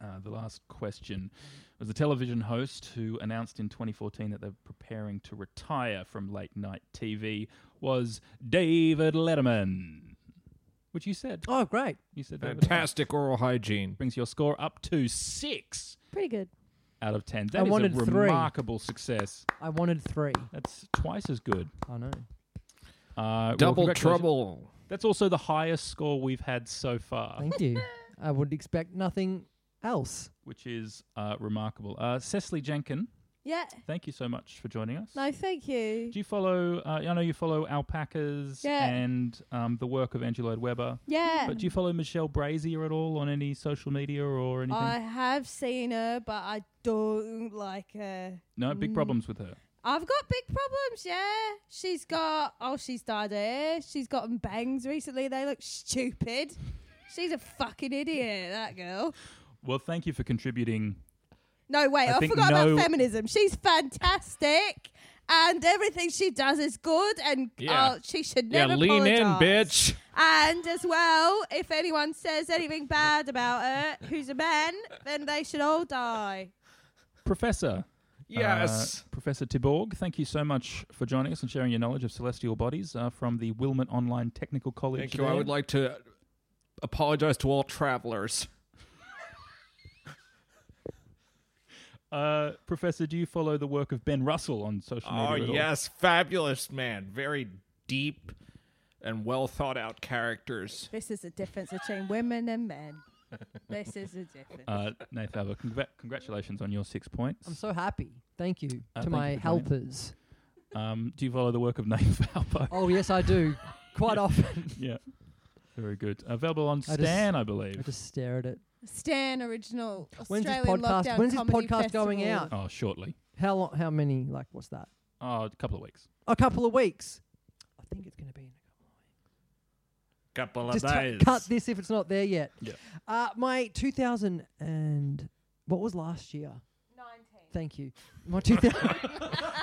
Speaker 1: Uh, the last question was a television host who announced in 2014 that they're preparing to retire from late night TV was David Letterman, which you said.
Speaker 2: Oh, great.
Speaker 1: You said David Letterman.
Speaker 4: Fantastic oral hygiene.
Speaker 1: Brings your score up to six
Speaker 3: Pretty good.
Speaker 1: out of ten. That is
Speaker 2: wanted
Speaker 1: a
Speaker 2: three.
Speaker 1: remarkable success.
Speaker 2: I wanted three.
Speaker 1: That's twice as good.
Speaker 2: I know.
Speaker 1: Uh, well,
Speaker 4: Double
Speaker 1: congratulations.
Speaker 4: trouble.
Speaker 1: That's also the highest score we've had so far,
Speaker 2: Thank you. I would expect nothing else.
Speaker 1: which is uh, remarkable. Uh, Cecily Jenkin,
Speaker 3: Yeah.
Speaker 1: thank you so much for joining us.
Speaker 3: No, thank you.
Speaker 1: Do you follow? Uh, I know you follow alpacas
Speaker 3: Yeah.
Speaker 1: and um, the work of Angeloid Weber.
Speaker 3: Yeah.
Speaker 1: But do you follow Michelle Brazier at all on any social media or anything?
Speaker 3: I have seen her, but I don't like her.
Speaker 1: no, big problems with her.
Speaker 3: I've got big problems, yeah. She's got, oh, she's dyed her hair. She's gotten bangs recently. They look stupid. She's a fucking idiot, that girl.
Speaker 1: Well, thank you for contributing.
Speaker 3: No, wait,
Speaker 1: I
Speaker 3: I,
Speaker 1: think
Speaker 3: forgot
Speaker 1: no-
Speaker 3: about feminism. She's fantastic. And everything she does is good, and
Speaker 4: Yeah.
Speaker 3: uh, she should
Speaker 4: Yeah,
Speaker 3: never
Speaker 4: lean in, bitch.
Speaker 3: apologise. And as well, if anyone says anything bad about her, who's a man, then they should all die.
Speaker 1: Professor.
Speaker 4: Yes.
Speaker 1: Uh, Professor Tiborg, thank you so much for joining us and sharing your knowledge of celestial bodies uh, from the Wilmot Online Technical College.
Speaker 4: Thank you. I
Speaker 1: there.
Speaker 4: would like to apologize to all travelers.
Speaker 1: Uh, Professor, do you follow the work of Ben Russell on social media?
Speaker 4: Oh,
Speaker 1: at all?
Speaker 4: yes. Fabulous man. Very deep and well thought out characters.
Speaker 3: This is the difference between women and men.
Speaker 5: This is a difference.
Speaker 1: Uh, Nath Faber, congr- congratulations on your six points.
Speaker 2: I'm so happy. Thank you
Speaker 1: Uh,
Speaker 2: to
Speaker 1: thank
Speaker 2: my
Speaker 1: you for joining.
Speaker 2: helpers.
Speaker 1: Um, do you follow the work of Nath Faber?
Speaker 2: Oh yes, I do. Quite often,
Speaker 1: yeah. Very good. Available on
Speaker 2: I just-
Speaker 1: Stan, I
Speaker 2: I
Speaker 1: believe.
Speaker 2: just stare at it.
Speaker 5: Stan original
Speaker 2: When's this
Speaker 5: Australian
Speaker 2: podcast-
Speaker 5: lockdown
Speaker 2: when's this
Speaker 5: comedy
Speaker 2: podcast going
Speaker 5: festival.
Speaker 2: out?
Speaker 1: Oh, shortly.
Speaker 2: How long? How many? Like, what's that?
Speaker 1: Oh, a couple of weeks.
Speaker 2: A couple of weeks. I think it's going to be in a couple.
Speaker 6: Couple of
Speaker 2: Just cut-
Speaker 6: days.
Speaker 2: cut this if it's not there yet.
Speaker 1: Yeah.
Speaker 2: Uh, my 2000 and what was last year? 19. Thank you. My 2000.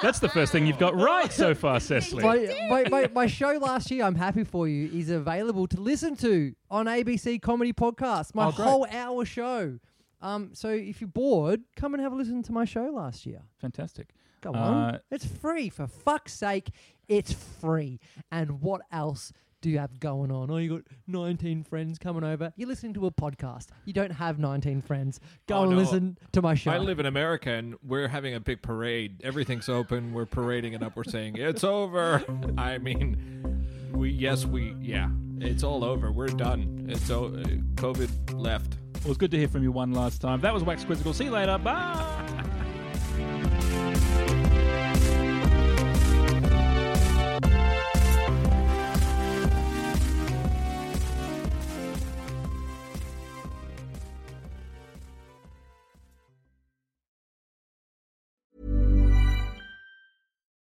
Speaker 1: That's the first thing you've got right so far, Cecily.
Speaker 2: my, my, my, my show last year, I'm happy for you, is available to listen to on ABC Comedy Podcast. My
Speaker 1: Oh, great.
Speaker 2: whole hour show. Um, so if you're bored, come and have a listen to my show last year.
Speaker 1: Fantastic.
Speaker 2: Go on.
Speaker 1: Uh,
Speaker 2: It's free for fuck's sake. It's free. And what else do you have going on? Oh, you got 19 friends coming over. You're listening to a podcast. You don't have 19 friends. Go
Speaker 4: Oh,
Speaker 2: and
Speaker 4: no.
Speaker 2: listen to my show.
Speaker 4: I live in America and we're having a big parade. Everything's open. We're parading it up. We're saying it's over. I mean, we yes we yeah. It's all over. We're done. It's so COVID left.
Speaker 1: Well, it's good to hear from you one last time. That was Wax Quizzical. See you later. Bye.